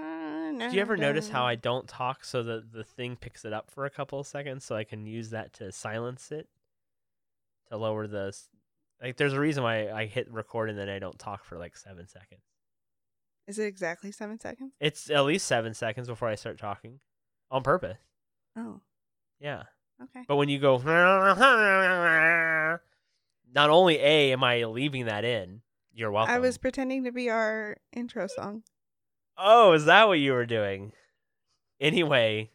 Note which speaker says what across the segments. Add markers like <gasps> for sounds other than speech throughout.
Speaker 1: Do you ever notice
Speaker 2: Oh.
Speaker 1: how I don't talk so that the thing picks it up for a couple of seconds so I can use that to silence it to lower the s- like there's a reason why I hit record and then I don't talk for like 7 seconds.
Speaker 2: Is it exactly seven seconds?
Speaker 1: It's at least 7 seconds before I start talking on purpose.
Speaker 2: Oh,
Speaker 1: Yeah.
Speaker 2: okay.
Speaker 1: But when you go <laughs> not only A am I leaving that in, you're welcome.
Speaker 2: I was pretending to be our intro song.
Speaker 1: Oh, is that what you were doing? Anyway.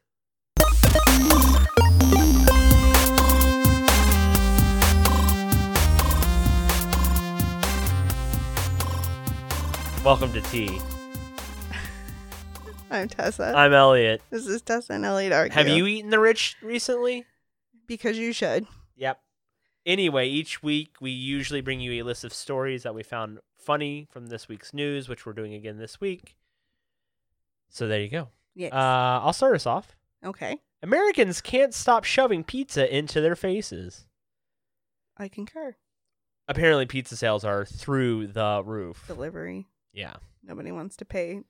Speaker 1: Welcome to Tea.
Speaker 2: I'm Tessa.
Speaker 1: I'm Elliot.
Speaker 2: this is Tessa and Elliot argue.
Speaker 1: Uh, Have you eaten the rich recently?
Speaker 2: Because you should.
Speaker 1: Yep. Anyway, each week we usually bring you a list of stories that we found funny from this week's news, which we're doing again this week. So there you go.
Speaker 2: Yes.
Speaker 1: Uh, I'll start us off.
Speaker 2: okay.
Speaker 1: Americans can't stop shoving pizza into their faces.
Speaker 2: I concur.
Speaker 1: Apparently, pizza sales are through the roof.
Speaker 2: Delivery.
Speaker 1: Yeah.
Speaker 2: Nobody wants to pay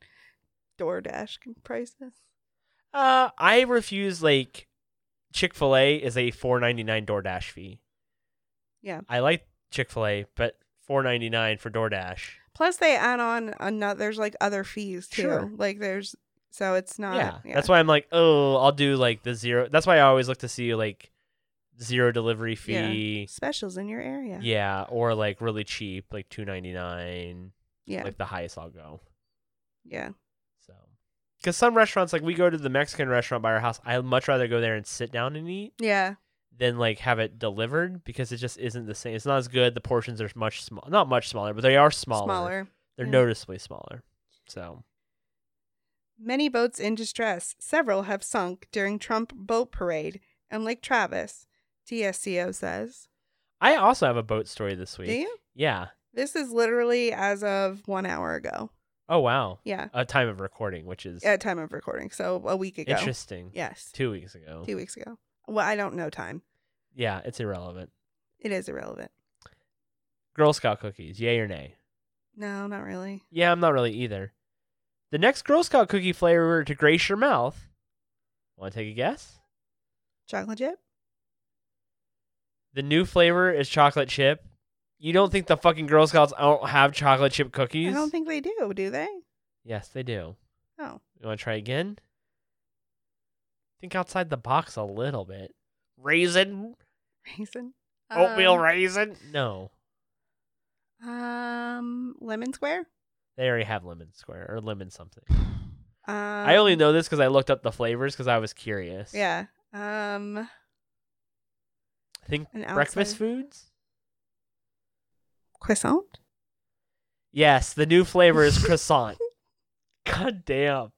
Speaker 2: DoorDash prices.
Speaker 1: Uh, I refuse. Like, Chick Fil A is a four ninety nine DoorDash fee.
Speaker 2: Yeah.
Speaker 1: I like Chick Fil A, but four ninety nine for DoorDash.
Speaker 2: Plus, they add on another. There's like other fees too.
Speaker 1: Sure.
Speaker 2: Like there's so it's not.
Speaker 1: yeah. That's why I'm like, oh, I'll do like the zero. That's why I always look to see like zero delivery
Speaker 2: Yeah.
Speaker 1: fee.
Speaker 2: specials in your area.
Speaker 1: Yeah. or like really cheap, like two ninety nine,
Speaker 2: Yeah.
Speaker 1: like the highest I'll go.
Speaker 2: yeah.
Speaker 1: So, because some restaurants, like we go to the Mexican restaurant by our house, I'd much rather go there and sit down and eat
Speaker 2: Yeah.
Speaker 1: than like have it delivered because it just isn't the same. It's not as good. The portions are much small, not much smaller, but they are smaller.
Speaker 2: Smaller. Mm.
Speaker 1: They're
Speaker 2: yeah.
Speaker 1: noticeably smaller. So,
Speaker 2: Many boats in distress. Several have sunk during Trump boat parade and Lake Travis, TSCO says.
Speaker 1: I also have a boat story this week.
Speaker 2: Do you?
Speaker 1: Yeah.
Speaker 2: This is literally as of one hour ago.
Speaker 1: Oh wow.
Speaker 2: Yeah.
Speaker 1: A time of recording, which is
Speaker 2: At time of recording. So a week ago.
Speaker 1: interesting.
Speaker 2: Yes.
Speaker 1: Two weeks ago.
Speaker 2: Two weeks ago. Well, I don't know time.
Speaker 1: Yeah, it's irrelevant.
Speaker 2: It is irrelevant.
Speaker 1: Girl Scout cookies, yay or nay?
Speaker 2: No, not really.
Speaker 1: Yeah, I'm not really either. The next Girl Scout cookie flavor to grace your mouth. Want to take a guess?
Speaker 2: Chocolate chip?
Speaker 1: The new flavor is chocolate chip. You don't think the fucking Girl Scouts don't have chocolate chip cookies?
Speaker 2: I don't think they do, do they?
Speaker 1: Yes, they do.
Speaker 2: Oh.
Speaker 1: You want to try again? Think outside the box a little bit. Raisin,
Speaker 2: Raisin?
Speaker 1: oatmeal
Speaker 2: Um,
Speaker 1: raisin. No,
Speaker 2: Um, lemon square?
Speaker 1: they already have lemon square or lemon something.
Speaker 2: Um,
Speaker 1: I only know this because I looked up the flavors because I was curious.
Speaker 2: Yeah. Um,
Speaker 1: I think
Speaker 2: An
Speaker 1: breakfast
Speaker 2: outside-
Speaker 1: foods.
Speaker 2: croissant?
Speaker 1: Yes, the new
Speaker 2: <laughs>
Speaker 1: flavor is croissant. God damn.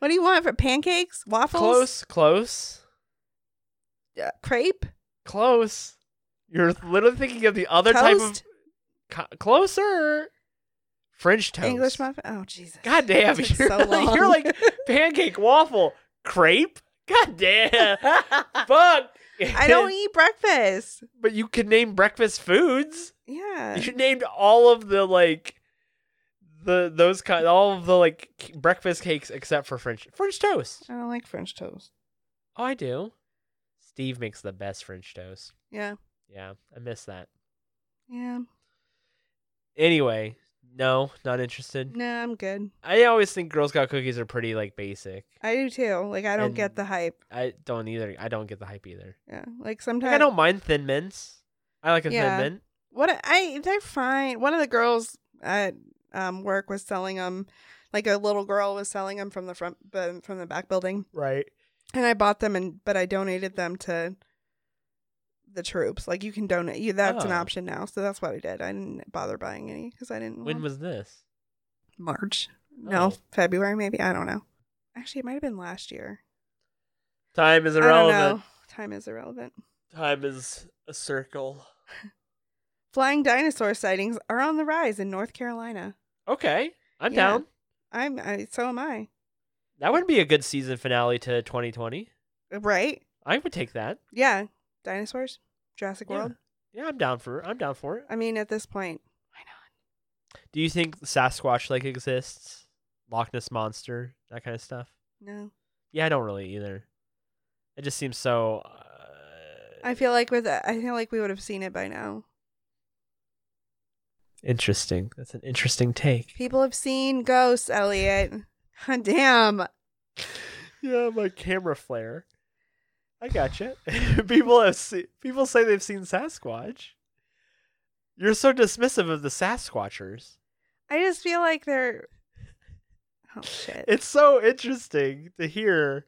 Speaker 2: What do you want for pancakes, waffles,
Speaker 1: Close, close,
Speaker 2: uh, crepe,
Speaker 1: close. You're literally thinking of the other
Speaker 2: toast,
Speaker 1: type of co- closer French toast.
Speaker 2: English muffin? Oh Jesus!
Speaker 1: God damn,
Speaker 2: That
Speaker 1: you're,
Speaker 2: took so long.
Speaker 1: you're like pancake waffle crepe.
Speaker 2: <laughs>
Speaker 1: God damn, fuck.
Speaker 2: <laughs> I
Speaker 1: <laughs>
Speaker 2: don't eat breakfast.
Speaker 1: but you could name breakfast foods.
Speaker 2: Yeah,
Speaker 1: You named all of the like the those kind all of the like c- breakfast cakes except for French French toast.
Speaker 2: I don't like French toast.
Speaker 1: Oh, I do. Steve makes the best French toast.
Speaker 2: Yeah,
Speaker 1: Yeah, I miss that.
Speaker 2: yeah.
Speaker 1: Mm. Anyway, no, not interested.
Speaker 2: Nah, I'm good.
Speaker 1: I always think Girl Scout cookies are pretty like basic.
Speaker 2: I do too. Like I don't
Speaker 1: And-
Speaker 2: get the hype.
Speaker 1: I don't either. I don't get the hype either.
Speaker 2: Yeah, like
Speaker 1: Like,
Speaker 2: sometimes
Speaker 1: I don't mind thin mints. I like a
Speaker 2: Yeah.
Speaker 1: thin mint.
Speaker 2: What I they're fine. One of the girls at um, work was selling them. Like a little girl was selling them from the front, but from the back building,
Speaker 1: Right.
Speaker 2: and I bought them, and but I donated them to the troops. Like you can donate, you that's an
Speaker 1: Oh.
Speaker 2: option now. So that's what I did. I didn't bother buying any because I didn't.
Speaker 1: When
Speaker 2: want-
Speaker 1: was this?
Speaker 2: March? No,
Speaker 1: Oh.
Speaker 2: February maybe. I don't know. Actually, it might have been last year.
Speaker 1: Time is
Speaker 2: I don't
Speaker 1: irrelevant.
Speaker 2: know. Time is irrelevant.
Speaker 1: Time is a circle.
Speaker 2: Flying dinosaur sightings are on the rise in North Carolina.
Speaker 1: Okay, I'm
Speaker 2: Yeah.
Speaker 1: down.
Speaker 2: I'm. I, so am I.
Speaker 1: That would be a good season finale to 2020.
Speaker 2: Right?
Speaker 1: I would take that.
Speaker 2: Yeah. Dinosaurs. Jurassic
Speaker 1: Yeah.
Speaker 2: World.
Speaker 1: Yeah, I'm down for. I'm down for it.
Speaker 2: I mean, at this point,
Speaker 1: Do you think Sasquatch like exists? Loch Ness monster, that kind of stuff.
Speaker 2: No.
Speaker 1: Yeah, I don't really either. It just seems so. Uh,
Speaker 2: I feel like with I feel like we would have seen it by now.
Speaker 1: interesting. That's an interesting take.
Speaker 2: People have seen ghosts, Elliot. <laughs> Damn.
Speaker 1: Yeah, my camera flare. I gotcha. <laughs> people have se- people say they've seen Sasquatch. You're so dismissive of the Sasquatchers.
Speaker 2: I just feel like they're Oh shit.
Speaker 1: It's so interesting to hear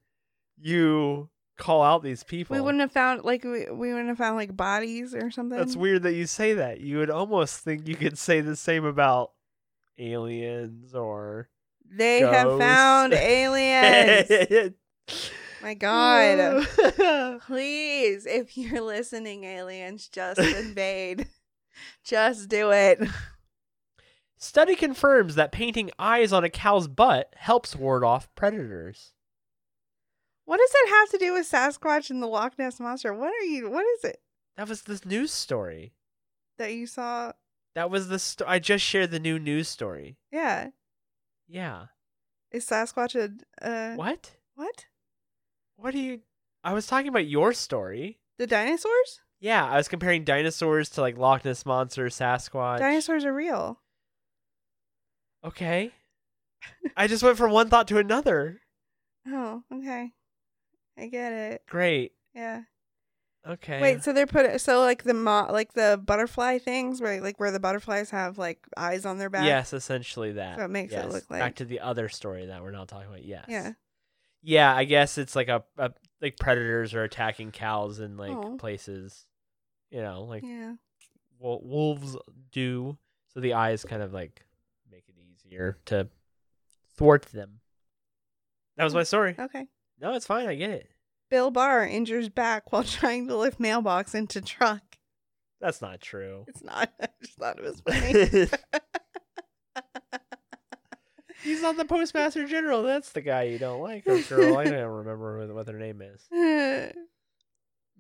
Speaker 1: you call out these people.
Speaker 2: we wouldn't have found like we, we wouldn't have found like bodies or something.
Speaker 1: That's weird that you say that. You would almost think you could say the same about aliens or
Speaker 2: They have found
Speaker 1: Ghosts. <laughs>
Speaker 2: aliens. My god.
Speaker 1: Yeah.
Speaker 2: Please, if you're listening, aliens, just invade. <laughs> just do it.
Speaker 1: Study confirms that painting eyes on a cow's butt helps ward off predators.
Speaker 2: What does that have to do with Sasquatch and the Loch Ness monster? What are you what is it
Speaker 1: That was the news story.
Speaker 2: that you saw?
Speaker 1: That was the sto- I just shared the new news story.
Speaker 2: Yeah.
Speaker 1: Yeah.
Speaker 2: Is Sasquatch a uh
Speaker 1: What?
Speaker 2: what?
Speaker 1: What do you I was talking about your story.
Speaker 2: The dinosaurs?
Speaker 1: Yeah, I was comparing dinosaurs to like Loch Ness monster, Sasquatch.
Speaker 2: Dinosaurs are real.
Speaker 1: Okay. I just went from one thought to another.
Speaker 2: Oh, okay. I get it.
Speaker 1: Great.
Speaker 2: Yeah.
Speaker 1: Okay.
Speaker 2: Wait, so they're put so like the mo- like the butterfly things where like where the butterflies have like eyes on their back.
Speaker 1: Yes, essentially that.
Speaker 2: So it makes it
Speaker 1: Yes.
Speaker 2: look
Speaker 1: back
Speaker 2: like-
Speaker 1: to the other story that we're not talking about. Yes.
Speaker 2: Yeah.
Speaker 1: Yeah, I guess it's like a, a like predators are attacking cows in like
Speaker 2: Oh.
Speaker 1: places, you know, like
Speaker 2: Yeah.
Speaker 1: wo- wolves do. So the eyes kind of like make it easier to thwart them. That
Speaker 2: Oh.
Speaker 1: was my story.
Speaker 2: Okay.
Speaker 1: No, it's fine. I get it.
Speaker 2: Bill Barr injures back while <laughs> trying to lift mailbox into truck.
Speaker 1: That's
Speaker 2: <laughs>
Speaker 1: not true.
Speaker 2: It's not. I just thought it was funny.
Speaker 1: He's not the postmaster general. That's the guy you don't like or girl. I don't remember what- what their name is. <laughs>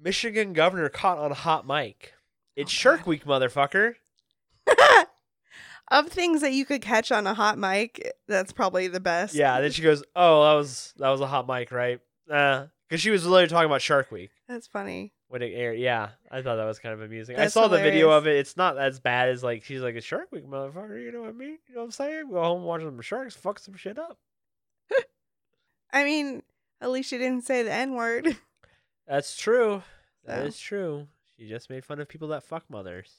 Speaker 1: Michigan governor caught on hot mic. It's
Speaker 2: Oh,
Speaker 1: Shark
Speaker 2: God.
Speaker 1: Week, motherfucker.
Speaker 2: <laughs> of things that you could catch on a hot mic, that's probably the best.
Speaker 1: <laughs> Yeah. Then she goes, "Oh, that was that was a hot mic, right?" Uh, because she was literally talking about Shark Week
Speaker 2: That's funny.
Speaker 1: when it aired. Yeah, I thought that was kind of amusing. I
Speaker 2: That's
Speaker 1: saw the video
Speaker 2: hilarious.
Speaker 1: of it. It's not as bad as like she's like a Shark Week, motherfucker. You know what I mean? You know what I'm saying? Go home, and watch some sharks, fuck some shit up.
Speaker 2: I mean, at least she didn't say the N word.
Speaker 1: That's true. That is
Speaker 2: So.
Speaker 1: true. She just made fun of people that fuck mothers.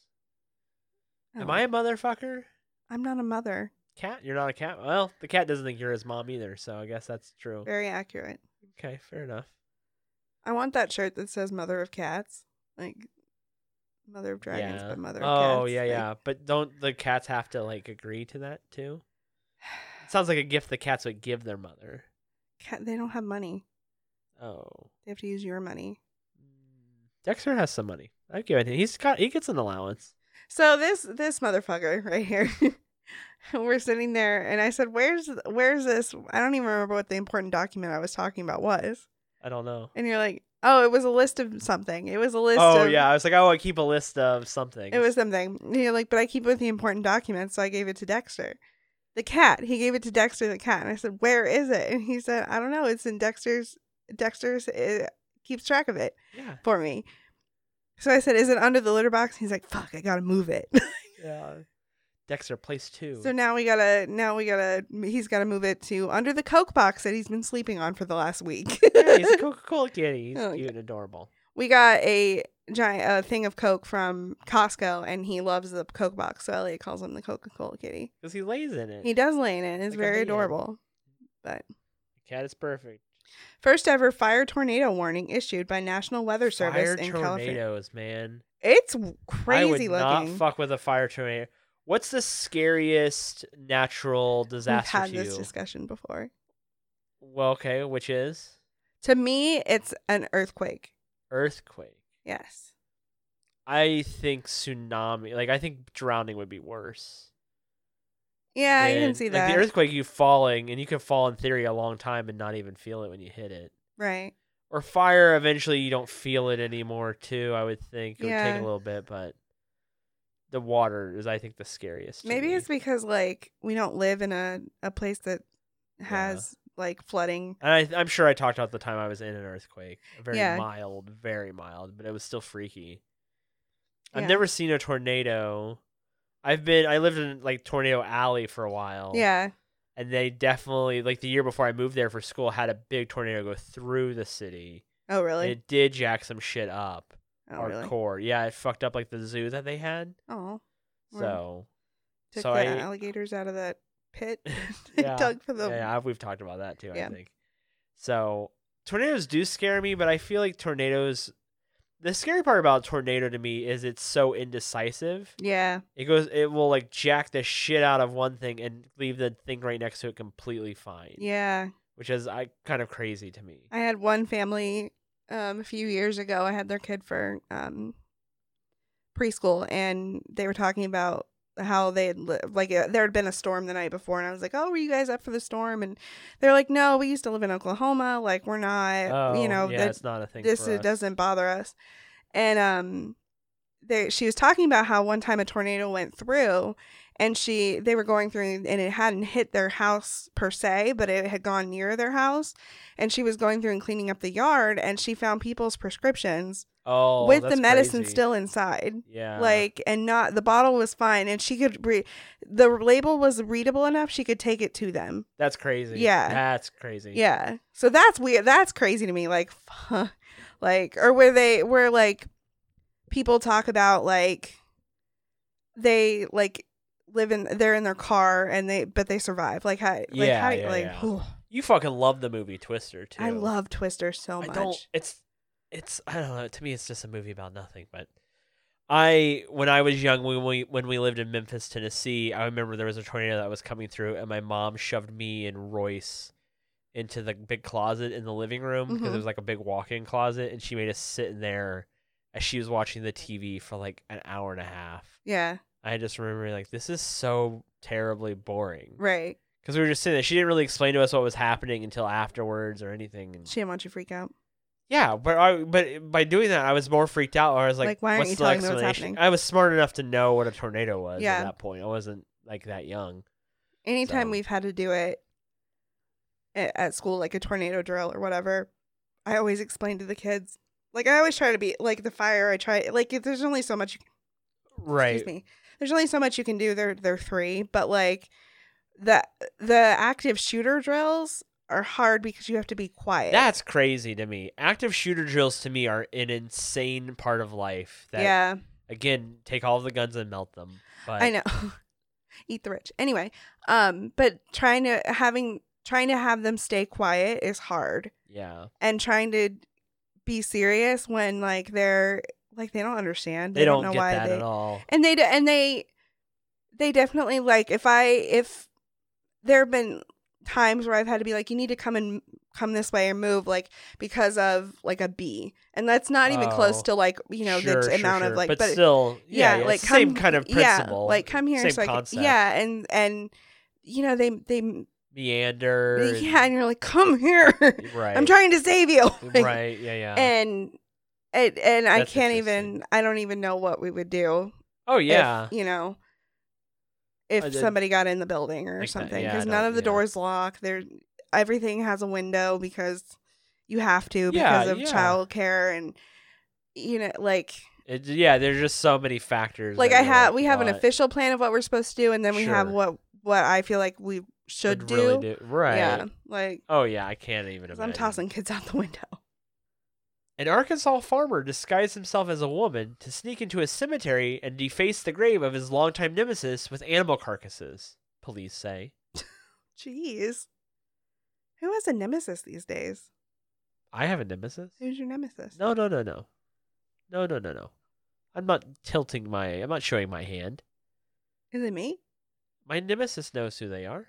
Speaker 1: Am I a motherfucker?
Speaker 2: Oh, I'm not a mother.
Speaker 1: Cat? You're not a cat. Well, the cat doesn't think you're his mom either, so I guess that's true.
Speaker 2: Very accurate.
Speaker 1: Okay, fair enough.
Speaker 2: I want that shirt that says "Mother of Cats," like "Mother of Dragons,"
Speaker 1: yeah.
Speaker 2: but "Mother
Speaker 1: oh,
Speaker 2: of Cats."
Speaker 1: yeah,
Speaker 2: like-
Speaker 1: yeah. But don't the cats have to like agree to that too? It sounds like a gift the cats would give their mother.
Speaker 2: Cat, they don't have money.
Speaker 1: Oh.
Speaker 2: They have to use your money.
Speaker 1: Dexter has some money. I've given him. He's got. He gets an allowance.
Speaker 2: So this this motherfucker <laughs> right here. We're sitting there, and I said, "Where's where's this?" I don't even remember what the important document I was talking about was.
Speaker 1: I don't know.
Speaker 2: And you're like, "Oh, it was a list of something. It was a list."
Speaker 1: Oh
Speaker 2: of,
Speaker 1: yeah, I was like, oh, I keep a list of something.
Speaker 2: It was something. And you're like, but I keep with the important documents, so I gave it to Dexter. The cat. He gave it to Dexter the cat, and I said, "Where is it?" And he said, "I don't know. It's in Dexter's. Dexter's uh keeps track of it
Speaker 1: Yeah.
Speaker 2: for me." So I said, "Is it under the litter box?" he's like, "Fuck, I gotta move it." <laughs>
Speaker 1: Yeah. Dexter place two.
Speaker 2: so now we gotta. Now we gotta. He's gotta move it to under the coke box that he's been sleeping on for the last week.
Speaker 1: yeah, he's a Coca Cola kitty. He's
Speaker 2: Oh,
Speaker 1: cute and adorable.
Speaker 2: <laughs> we got a giant uh, thing of coke from Costco, and he loves the coke box. So Elliot calls him the Coca Cola kitty.
Speaker 1: Because he lays in it.
Speaker 2: He does lay in it. and It's
Speaker 1: Like a
Speaker 2: very
Speaker 1: man.
Speaker 2: adorable.
Speaker 1: The cat is perfect.
Speaker 2: First ever fire tornado warning issued by National Weather Service
Speaker 1: fire
Speaker 2: in California.
Speaker 1: tornadoes, man.
Speaker 2: It's w- crazy
Speaker 1: I would not
Speaker 2: looking.
Speaker 1: fuck with a fire tornado. What's the scariest natural
Speaker 2: <laughs> We've
Speaker 1: disaster
Speaker 2: had
Speaker 1: to you?
Speaker 2: this discussion before.
Speaker 1: well, okay, which is
Speaker 2: To me, it's an earthquake.
Speaker 1: earthquake.
Speaker 2: Yes.
Speaker 1: I think tsunami. Like I think drowning would be worse.
Speaker 2: Yeah, you
Speaker 1: than-
Speaker 2: can see
Speaker 1: like,
Speaker 2: that.
Speaker 1: the earthquake, you falling, and you can fall in theory a long time and not even feel it when you hit it.
Speaker 2: right.
Speaker 1: or fire eventually you don't feel it anymore too i would think it would
Speaker 2: Yeah.
Speaker 1: take a little bit but the water is i think the scariest to
Speaker 2: Maybe
Speaker 1: me.
Speaker 2: it's because like we don't live in a, a place that has like flooding.
Speaker 1: And I, I'm sure I talked about the time I was in an earthquake. A Very
Speaker 2: Yeah.
Speaker 1: mild, very mild, but it was still freaky.
Speaker 2: Yeah.
Speaker 1: I've never seen a tornado. I've been I lived in like Tornado Alley for a while.
Speaker 2: Yeah.
Speaker 1: And they definitely like the year before I moved there for school had a big tornado go through the city.
Speaker 2: Oh
Speaker 1: and
Speaker 2: really?
Speaker 1: It did jack some shit up.
Speaker 2: oh really?
Speaker 1: hardcore. Yeah, it fucked up like the zoo that they had.
Speaker 2: Oh. Wow.
Speaker 1: So
Speaker 2: Took
Speaker 1: so
Speaker 2: the
Speaker 1: I-
Speaker 2: alligators out of that
Speaker 1: <laughs>
Speaker 2: pit. <laughs> They
Speaker 1: yeah.
Speaker 2: dug for them.
Speaker 1: Yeah, we've talked about that too,
Speaker 2: Yeah.
Speaker 1: I think. So tornadoes do scare me, but I feel like tornadoes the scary part about a tornado to me is it's so indecisive.
Speaker 2: Yeah.
Speaker 1: It goes it will like jack the shit out of one thing and leave the thing right next to it completely fine.
Speaker 2: Yeah.
Speaker 1: Which is I kind of crazy to me.
Speaker 2: I had one family um, a few years ago. I had their kid for um, preschool, and they were talking about how they had li- like uh, there had been a storm the night before, and I was like, "Oh, were you guys up for the storm?" And they're like, "No, we used to live in Oklahoma. Like, we're not.
Speaker 1: oh,
Speaker 2: you know,
Speaker 1: yeah,
Speaker 2: that-
Speaker 1: it's not a thing.
Speaker 2: this
Speaker 1: for
Speaker 2: it
Speaker 1: us.
Speaker 2: doesn't bother us." And um, they she was talking about how one time a tornado went through, and she they were going through and it hadn't hit their house per se but it had gone near their house and she was going through and cleaning up the yard and she found people's prescriptions
Speaker 1: Oh,
Speaker 2: with the
Speaker 1: that's
Speaker 2: medicine
Speaker 1: crazy.
Speaker 2: still inside
Speaker 1: Yeah.
Speaker 2: like and not the bottle was fine and she could read the label was readable enough she could take it to them
Speaker 1: that's crazy.
Speaker 2: Yeah.
Speaker 1: That's crazy.
Speaker 2: yeah so that's weird that's crazy to me like fuck. like or where they where like people talk about like they like live in they're in their car and they but they survive like how like
Speaker 1: Yeah,
Speaker 2: how
Speaker 1: yeah,
Speaker 2: like
Speaker 1: yeah.
Speaker 2: whew.
Speaker 1: You fucking love the movie Twister too.
Speaker 2: i love twister so
Speaker 1: I
Speaker 2: much
Speaker 1: don't. It's it's I don't know. To me, it's just a movie about nothing. But I when I was young, when we when we lived in Memphis, Tennessee, I remember there was a tornado that was coming through, and my mom shoved me and Royce into the big closet in the living room because
Speaker 2: Mhm.
Speaker 1: it was like a big walk-in closet, and she made us sit in there as she was watching the TV for like an hour and a half.
Speaker 2: yeah
Speaker 1: I just remember like this is so terribly boring
Speaker 2: right
Speaker 1: because we were just sitting there. She didn't really explain to us what was happening until afterwards or anything. and-
Speaker 2: she didn't want you to freak out
Speaker 1: yeah, but I but by doing that, I was more freaked out. Or I was like,
Speaker 2: Like, why aren't
Speaker 1: what's
Speaker 2: you
Speaker 1: the
Speaker 2: telling me what's
Speaker 1: explanation?
Speaker 2: happening?
Speaker 1: I was smart enough to know what a tornado was
Speaker 2: Yeah.
Speaker 1: at that point. I wasn't like that young.
Speaker 2: anytime
Speaker 1: So-
Speaker 2: we've had to do it a- at school like a tornado drill or whatever i always explain to the kids like i always try to be like the fire i try like if there's only so much
Speaker 1: Right.
Speaker 2: excuse me there's only so much you can do they're they're three but like the the active shooter drills are hard because you have to be quiet
Speaker 1: That's crazy to me. Active shooter drills to me are an insane part of life. That
Speaker 2: yeah
Speaker 1: again, take all the guns and melt them. But
Speaker 2: I know. <laughs> Eat the rich. Anyway, um, but trying to having trying to have them stay quiet is hard,
Speaker 1: Yeah,
Speaker 2: and trying to be serious when like they're like they don't understand.
Speaker 1: they, don't, get that at all.
Speaker 2: And they do, and they they definitely like if I if there have been times where I've had to be like you need to come and come this way or move like because of like a bee, and that's not even close
Speaker 1: Oh.
Speaker 2: to like you know
Speaker 1: Sure,
Speaker 2: the
Speaker 1: sure,
Speaker 2: t- amount
Speaker 1: sure.
Speaker 2: of like
Speaker 1: but, still, yeah,
Speaker 2: yeah,
Speaker 1: yeah,
Speaker 2: like
Speaker 1: it's the same
Speaker 2: come-
Speaker 1: kind of principle.
Speaker 2: yeah, like come here,
Speaker 1: same
Speaker 2: so I
Speaker 1: concept.
Speaker 2: Can, yeah, and and you know they they
Speaker 1: meander. and-
Speaker 2: <laughs> yeah, and you're like come here,
Speaker 1: right.
Speaker 2: I'm trying to save you, <laughs> Like,
Speaker 1: Right. Yeah. Yeah.
Speaker 2: <laughs> And and, and I
Speaker 1: That's
Speaker 2: can't
Speaker 1: interesting.
Speaker 2: even, I don't even know what we would do.
Speaker 1: oh
Speaker 2: if,
Speaker 1: yeah.
Speaker 2: you know, if
Speaker 1: I did-
Speaker 2: somebody got in the building or
Speaker 1: Like that,
Speaker 2: something,
Speaker 1: yeah, I
Speaker 2: because
Speaker 1: don't-
Speaker 2: none of the
Speaker 1: yeah.
Speaker 2: doors lock. There, everything has a window because you have to
Speaker 1: Yeah,
Speaker 2: because of
Speaker 1: yeah.
Speaker 2: childcare and you know, like.
Speaker 1: It, yeah, there's just so many factors.
Speaker 2: like
Speaker 1: that
Speaker 2: I
Speaker 1: you're
Speaker 2: have, we have an
Speaker 1: "What
Speaker 2: official plan of what we're supposed to do, and then we have
Speaker 1: Sure.
Speaker 2: what what I feel like we should
Speaker 1: would
Speaker 2: do.
Speaker 1: really do- Right.
Speaker 2: Yeah, like
Speaker 1: Oh yeah, I can't even
Speaker 2: 'cause
Speaker 1: imagine.
Speaker 2: I'm tossing kids out the window. <laughs>
Speaker 1: An Arkansas farmer disguised himself as a woman to sneak into a cemetery and deface the grave of his longtime nemesis with animal carcasses. Police say.
Speaker 2: Jeez, who has a nemesis these days?
Speaker 1: I have a nemesis.
Speaker 2: Who's your nemesis?
Speaker 1: No, no, no, no, no, no, no, no. I'm not tilting my. I'm not showing my hand.
Speaker 2: is it me?
Speaker 1: My nemesis knows who they are,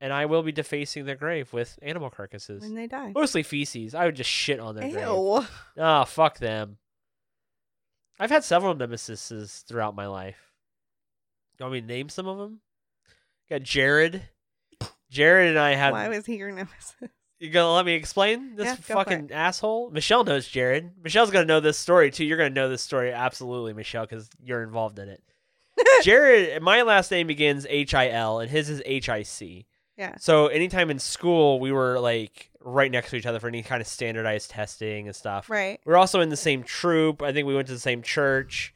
Speaker 1: and I will be defacing their grave with animal carcasses,
Speaker 2: When they die?
Speaker 1: mostly feces. I would just shit on their grave.
Speaker 2: Ew.
Speaker 1: Ah, fuck them. I've had several nemesises throughout my life. You want me to name some of them? Got Jared. Jared and I had.
Speaker 2: Why was he your nemesis?
Speaker 1: you gonna let me explain this
Speaker 2: Yeah, go for
Speaker 1: fucking asshole? Michelle knows Jared. Michelle's gonna know this story too. You're gonna know this story absolutely, Michelle, because
Speaker 2: <laughs>
Speaker 1: you're involved in it. Jared. My last name begins H I L, and his is H I C.
Speaker 2: Yeah.
Speaker 1: So anytime in school, we were like right next to each other for any kind of standardized testing and stuff.
Speaker 2: Right.
Speaker 1: We were also in the same troop. I think we went to the same church.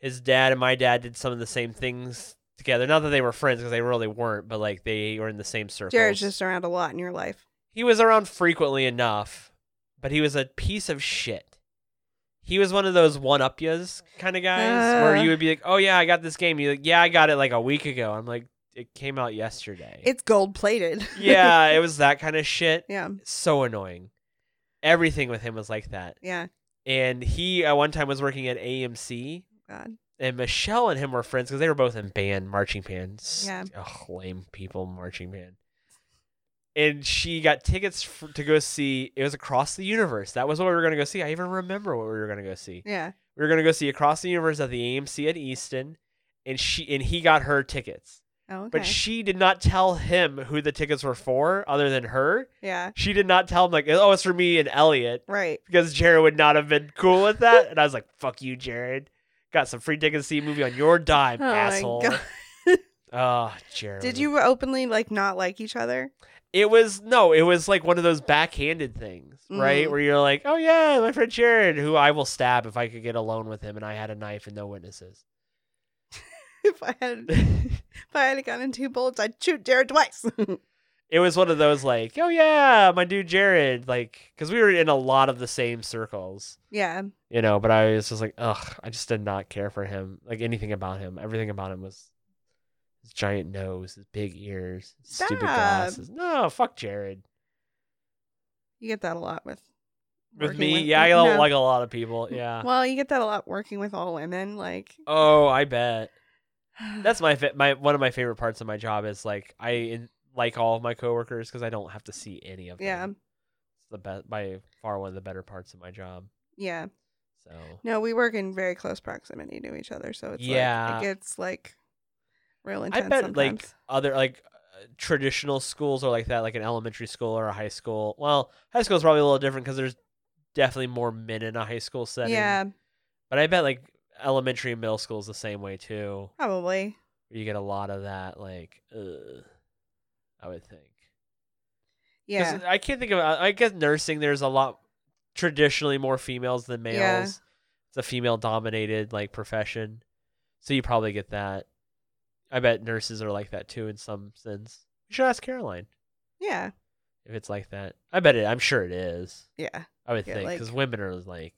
Speaker 1: His dad and my dad did some of the same things together. Not that they were friends because they really weren't, but like they were in the same circles.
Speaker 2: Jared's just around a lot in your life.
Speaker 1: he was around frequently enough, but he was a piece of shit. He was one of those one up yas kind of guys where
Speaker 2: Uh.
Speaker 1: you would be like, "Oh yeah, I got this game." You like, "Yeah, I got it like a week ago." I'm like, "It came out yesterday."
Speaker 2: It's gold plated.
Speaker 1: <laughs> yeah, it was that kind of shit.
Speaker 2: yeah.
Speaker 1: So annoying. Everything with him was like that.
Speaker 2: Yeah.
Speaker 1: And he at one time was working at AMC,
Speaker 2: God.
Speaker 1: and Michelle and him were friends because they were both in band, marching bands.
Speaker 2: Yeah.
Speaker 1: Ugh, lame people, marching band. And she got tickets f- to go see. It was Across the Universe. That was what we were going to go see. I even remember what we were going to go see.
Speaker 2: Yeah.
Speaker 1: We were going to go see Across the Universe at the AMC at Easton, and she and he got her tickets,
Speaker 2: Oh, okay.
Speaker 1: but she did not tell him who the tickets were for, other than her.
Speaker 2: yeah.
Speaker 1: She did not tell him like, oh, it's for me and Elliot
Speaker 2: Right.
Speaker 1: because Jared would not have been cool with that. And I was like, fuck you, Jared. Got some free tickets to see a movie on your
Speaker 2: <laughs>
Speaker 1: dime,
Speaker 2: Oh my
Speaker 1: asshole.
Speaker 2: God.
Speaker 1: <laughs> Oh, Jared.
Speaker 2: Did you openly like not like each other? <laughs>
Speaker 1: It was, no, it was like one of those backhanded things, right?
Speaker 2: Mhm.
Speaker 1: Where you're like, oh, yeah, my friend Jared, who I will stab if I could get alone with him and I had a knife and no witnesses.
Speaker 2: if I
Speaker 1: <laughs>
Speaker 2: had if I had gotten two bullets, I'd shoot Jared twice. <laughs>
Speaker 1: It was one of those like, oh, yeah, my dude Jared. Like, because we were in a lot of the same circles.
Speaker 2: yeah.
Speaker 1: you know but i was just like ugh i just did not care for him like anything about him everything about him was his giant nose his big ears his stupid
Speaker 2: Stop.
Speaker 1: glasses no fuck jared
Speaker 2: You get that a lot with
Speaker 1: with
Speaker 2: working
Speaker 1: me yeah i don't
Speaker 2: no.
Speaker 1: like a lot of people yeah
Speaker 2: Well, you get that a lot working with all women. Like <sighs>
Speaker 1: oh i bet that's my fa- my one of my favorite parts of my job is like i in, like all of my coworkers because i don't have to see any of them
Speaker 2: Yeah.
Speaker 1: it's the best by far one of the better parts of my job
Speaker 2: Yeah.
Speaker 1: so
Speaker 2: No, we work in very close proximity to each other, so it's
Speaker 1: Yeah.
Speaker 2: like it gets like real
Speaker 1: I
Speaker 2: intense.
Speaker 1: bet like
Speaker 2: sometimes.
Speaker 1: other like uh, traditional schools are like that, like an elementary school or a high school. Well, high school is probably a little different because there's definitely more men in a high school setting.
Speaker 2: yeah,
Speaker 1: but I bet like elementary and middle school is the same way too.
Speaker 2: probably.
Speaker 1: Where you get a lot of that, like, ugh, I would think. 'Cause
Speaker 2: Yeah,
Speaker 1: I can't think of. I I guess nursing there's a lot traditionally more females than males.
Speaker 2: Yeah.
Speaker 1: It's a female dominated like profession, so you probably get that. I bet nurses are like that too in some sense. You should ask Caroline
Speaker 2: yeah,
Speaker 1: if it's like that. I bet it. I'm sure it is.
Speaker 2: yeah.
Speaker 1: I would
Speaker 2: Yeah,
Speaker 1: think
Speaker 2: like-
Speaker 1: because women are like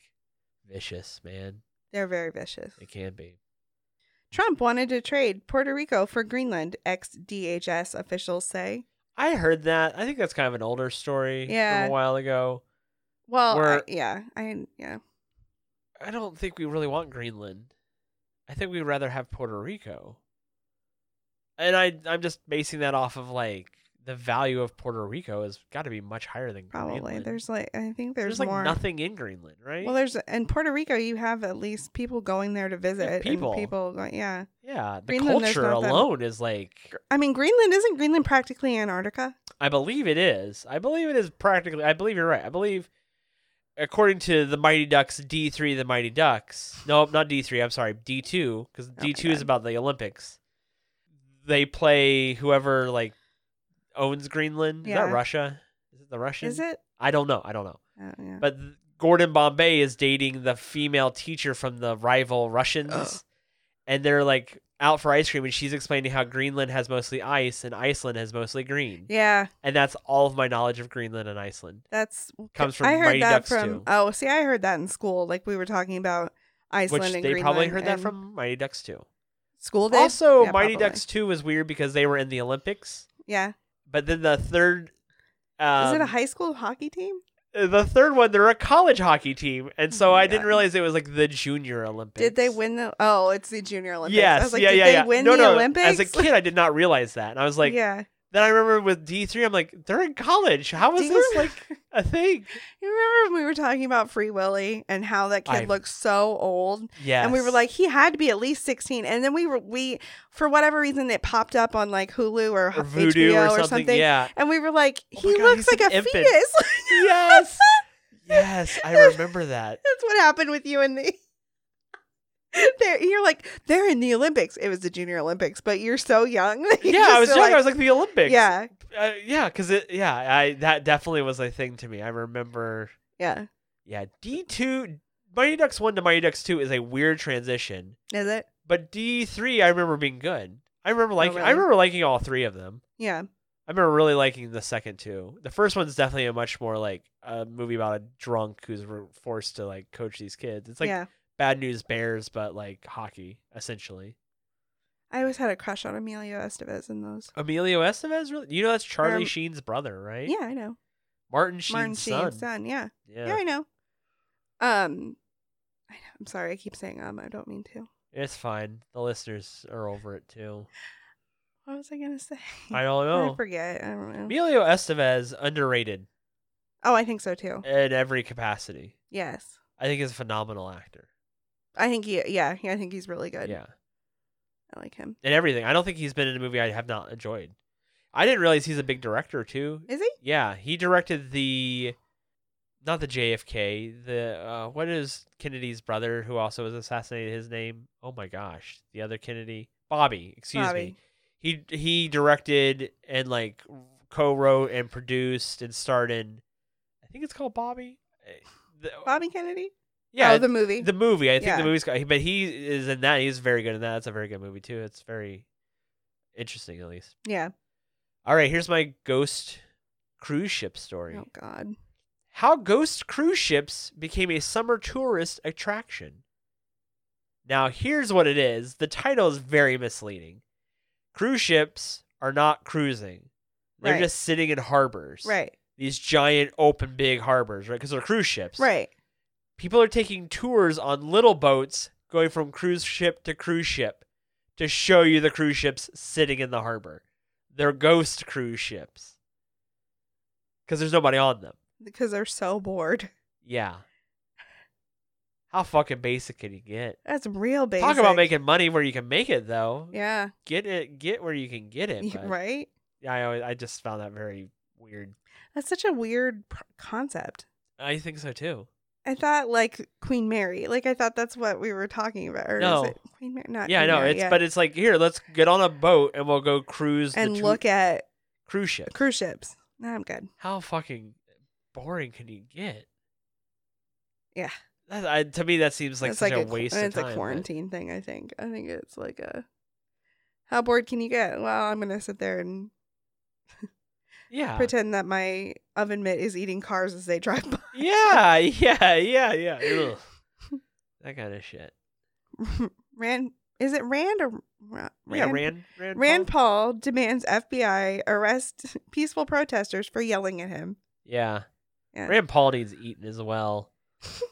Speaker 1: vicious, man.
Speaker 2: They're very vicious.
Speaker 1: They can be.
Speaker 2: Trump wanted to trade Puerto Rico for Greenland, ex DHS officials say.
Speaker 1: I heard that. I think that's kind of an older story
Speaker 2: Yeah.
Speaker 1: from a while ago.
Speaker 2: Well, I,
Speaker 1: We're-
Speaker 2: yeah, I yeah,
Speaker 1: I don't think we really want Greenland. I think we'd rather have Puerto Rico. And I I'm just basing that off of like the value of Puerto Rico has got to be much higher than
Speaker 2: probably.
Speaker 1: Greenland.
Speaker 2: There's like I think there's,
Speaker 1: There's, like
Speaker 2: more.
Speaker 1: nothing in Greenland, right?
Speaker 2: Well, there's in Puerto Rico you have at least people going there to visit
Speaker 1: people.
Speaker 2: and people going yeah.
Speaker 1: yeah, the
Speaker 2: Greenland, there's
Speaker 1: culture
Speaker 2: not that-
Speaker 1: alone is like
Speaker 2: I mean Greenland isn't Greenland practically Antarctica?
Speaker 1: I believe it is. I believe it is practically. I believe you're right. I believe, according to the Mighty Ducks D three, the Mighty Ducks. No, not D three. I'm sorry, D two, because
Speaker 2: my
Speaker 1: D two is
Speaker 2: God.
Speaker 1: about the Olympics. They play whoever like owns Greenland. Is
Speaker 2: Yeah.
Speaker 1: that Russia? Is it the Russian?
Speaker 2: Is it?
Speaker 1: I don't know. I don't know.
Speaker 2: Oh, yeah.
Speaker 1: But th- Gordon Bombay is dating the female teacher from the rival Russians,
Speaker 2: Ugh. <gasps>
Speaker 1: and they're like out for ice cream, and she's explaining how Greenland has mostly ice and Iceland has mostly green
Speaker 2: yeah,
Speaker 1: and that's all of my knowledge of Greenland and Iceland.
Speaker 2: that's
Speaker 1: Comes from
Speaker 2: I heard
Speaker 1: Mighty
Speaker 2: that
Speaker 1: Ducks
Speaker 2: from
Speaker 1: 2,
Speaker 2: oh see I heard that in school like we were talking about Iceland
Speaker 1: which
Speaker 2: and
Speaker 1: they
Speaker 2: Greenland
Speaker 1: probably heard that
Speaker 2: and
Speaker 1: from Mighty Ducks 2.
Speaker 2: school days.
Speaker 1: Also,
Speaker 2: Yeah,
Speaker 1: Mighty
Speaker 2: probably.
Speaker 1: Ducks 2 was weird because they were in the Olympics,
Speaker 2: Yeah,
Speaker 1: but then the third um,
Speaker 2: is it a high school hockey team?
Speaker 1: the third one they're a college hockey team, and so
Speaker 2: Oh my
Speaker 1: I didn't
Speaker 2: God.
Speaker 1: realize it was like the junior Olympics.
Speaker 2: Did they win the? Oh, it's the junior Olympics.
Speaker 1: Yes,
Speaker 2: I was like,
Speaker 1: yeah,
Speaker 2: did
Speaker 1: yeah,
Speaker 2: they
Speaker 1: yeah.
Speaker 2: win
Speaker 1: no,
Speaker 2: the
Speaker 1: no.
Speaker 2: Olympics?
Speaker 1: As a
Speaker 2: <laughs>
Speaker 1: kid, I did not realize that, and I was like,
Speaker 2: yeah.
Speaker 1: then I remember with D three, I'm like, they're in college. How
Speaker 2: Do
Speaker 1: is
Speaker 2: you
Speaker 1: this like
Speaker 2: remember-
Speaker 1: a thing?
Speaker 2: <laughs> You remember when we were talking about Free Willy and how that kid
Speaker 1: I-
Speaker 2: looked so old,
Speaker 1: Yeah,
Speaker 2: and we were like, he had to be at least sixteen. And then we were we for whatever reason it popped up on like Hulu or,
Speaker 1: or
Speaker 2: h-
Speaker 1: voodoo
Speaker 2: HBO
Speaker 1: or something. Yeah,
Speaker 2: And we were like,
Speaker 1: Oh my
Speaker 2: he
Speaker 1: God,
Speaker 2: looks
Speaker 1: he's
Speaker 2: like
Speaker 1: an
Speaker 2: a
Speaker 1: infant.
Speaker 2: fetus. <laughs>
Speaker 1: <laughs> yes, yes, I remember that.
Speaker 2: That's what happened with you and me. <laughs> They're, you're like they're in the Olympics. It was the Junior Olympics, but you're so young. <laughs> You
Speaker 1: <laughs> yeah, I
Speaker 2: just
Speaker 1: was
Speaker 2: are
Speaker 1: young. I was like the Olympics.
Speaker 2: yeah,
Speaker 1: uh, yeah, because it. Yeah, I that definitely was a thing to me. I remember.
Speaker 2: yeah.
Speaker 1: Yeah, D two, Mighty Ducks one to Mighty Ducks two is a weird transition,
Speaker 2: Is it?
Speaker 1: but D three I remember being good. I remember liking. I
Speaker 2: really?
Speaker 1: remember liking all three of them.
Speaker 2: Yeah,
Speaker 1: I remember really liking the second two. The first one's definitely a much more like a movie about a drunk who's re- forced to like coach these kids. It's like
Speaker 2: yeah.
Speaker 1: Bad News Bears, but like hockey essentially.
Speaker 2: I always had a crush on Emilio Estevez in those.
Speaker 1: Emilio Estevez, really? You know that's Charlie
Speaker 2: Um,
Speaker 1: Sheen's brother, right?
Speaker 2: Yeah, I know.
Speaker 1: Martin Sheen's
Speaker 2: Martin
Speaker 1: son.
Speaker 2: Sheen's son. Yeah.
Speaker 1: Yeah.
Speaker 2: yeah, I know. Um, I know. I'm sorry. I keep saying um. I don't mean to.
Speaker 1: it's fine. The listeners are over
Speaker 2: <laughs>
Speaker 1: it too.
Speaker 2: What was I gonna say?
Speaker 1: I
Speaker 2: <laughs>
Speaker 1: don't
Speaker 2: I
Speaker 1: know.
Speaker 2: forget. I don't know.
Speaker 1: Emilio Estevez underrated
Speaker 2: Oh, I think so too.
Speaker 1: in every capacity.
Speaker 2: Yes,
Speaker 1: I think he's a phenomenal actor.
Speaker 2: I think he. Yeah, yeah, I think he's really good.
Speaker 1: Yeah,
Speaker 2: I like him.
Speaker 1: and everything. I don't think he's been in a movie I have not enjoyed. I didn't realize he's a big director too.
Speaker 2: Is he?
Speaker 1: Yeah, he directed the, not the JFK, the uh, what is Kennedy's brother who also was assassinated? His name? Oh my gosh, the other Kennedy, Bobby. Excuse
Speaker 2: Bobby.
Speaker 1: me. He he directed and like co-wrote and produced and starred in. I think it's called Bobby. Eh, the-
Speaker 2: Bobby Kennedy.
Speaker 1: yeah,
Speaker 2: oh, the movie.
Speaker 1: the movie. I think
Speaker 2: Yeah.
Speaker 1: the movie's got, but he is in that. He's very good in that. That's a very good movie too. It's very interesting, at least.
Speaker 2: yeah.
Speaker 1: All right, here's my ghost cruise ship story.
Speaker 2: Oh God.
Speaker 1: How ghost cruise ships became a summer tourist attraction. Now, here's what it is. The title is very misleading. Cruise ships are not cruising. They're
Speaker 2: Right.
Speaker 1: just sitting in harbors.
Speaker 2: Right.
Speaker 1: These giant open big harbors, right? Because they're cruise ships
Speaker 2: Right.
Speaker 1: people are taking tours on little boats going from cruise ship to cruise ship to show you the cruise ships sitting in the harbor. They're ghost cruise ships because there's nobody on them.
Speaker 2: Because they're so bored.
Speaker 1: Yeah. How fucking basic can you get?
Speaker 2: That's real basic.
Speaker 1: Talk about making money where you can make it though.
Speaker 2: Yeah.
Speaker 1: Get it, get where you can
Speaker 2: <laughs>
Speaker 1: get it. But
Speaker 2: Right.
Speaker 1: Yeah, I, always, I just found that very weird.
Speaker 2: That's such a weird pr- concept.
Speaker 1: I think so too.
Speaker 2: I thought like Queen Mary. Like I thought that's what we were talking about. Or
Speaker 1: No.
Speaker 2: Is it Queen Mary? Not
Speaker 1: Yeah, I
Speaker 2: Queen
Speaker 1: know.
Speaker 2: Mary,
Speaker 1: It's
Speaker 2: Uh, yeah.
Speaker 1: but it's like here, let's get on a boat and we'll go cruise
Speaker 2: and
Speaker 1: the tou-
Speaker 2: look at
Speaker 1: cruise ship.
Speaker 2: cruise ships. No, I'm good.
Speaker 1: how fucking boring can you get?
Speaker 2: Yeah.
Speaker 1: That, I, to me, that seems like
Speaker 2: it's
Speaker 1: such
Speaker 2: like
Speaker 1: a,
Speaker 2: qu-
Speaker 1: waste
Speaker 2: It's
Speaker 1: of time.
Speaker 2: a
Speaker 1: but-
Speaker 2: quarantine thing. I think. I think it's like a. How bored can you get? Well, I'm gonna sit there and
Speaker 1: Yeah.
Speaker 2: pretend that my oven mitt is eating cars as they drive by. <laughs>
Speaker 1: yeah. <laughs> Yeah. Yeah. Yeah. Ugh. that kind of shit.
Speaker 2: Rand is it Rand or Ra-
Speaker 1: Yeah. Rand. Rand.
Speaker 2: Rand Paul
Speaker 1: Paul?
Speaker 2: demands FBI arrest <laughs> peaceful protesters for yelling at him.
Speaker 1: Yeah.
Speaker 2: Yeah.
Speaker 1: Rand Paul needs eaten as well.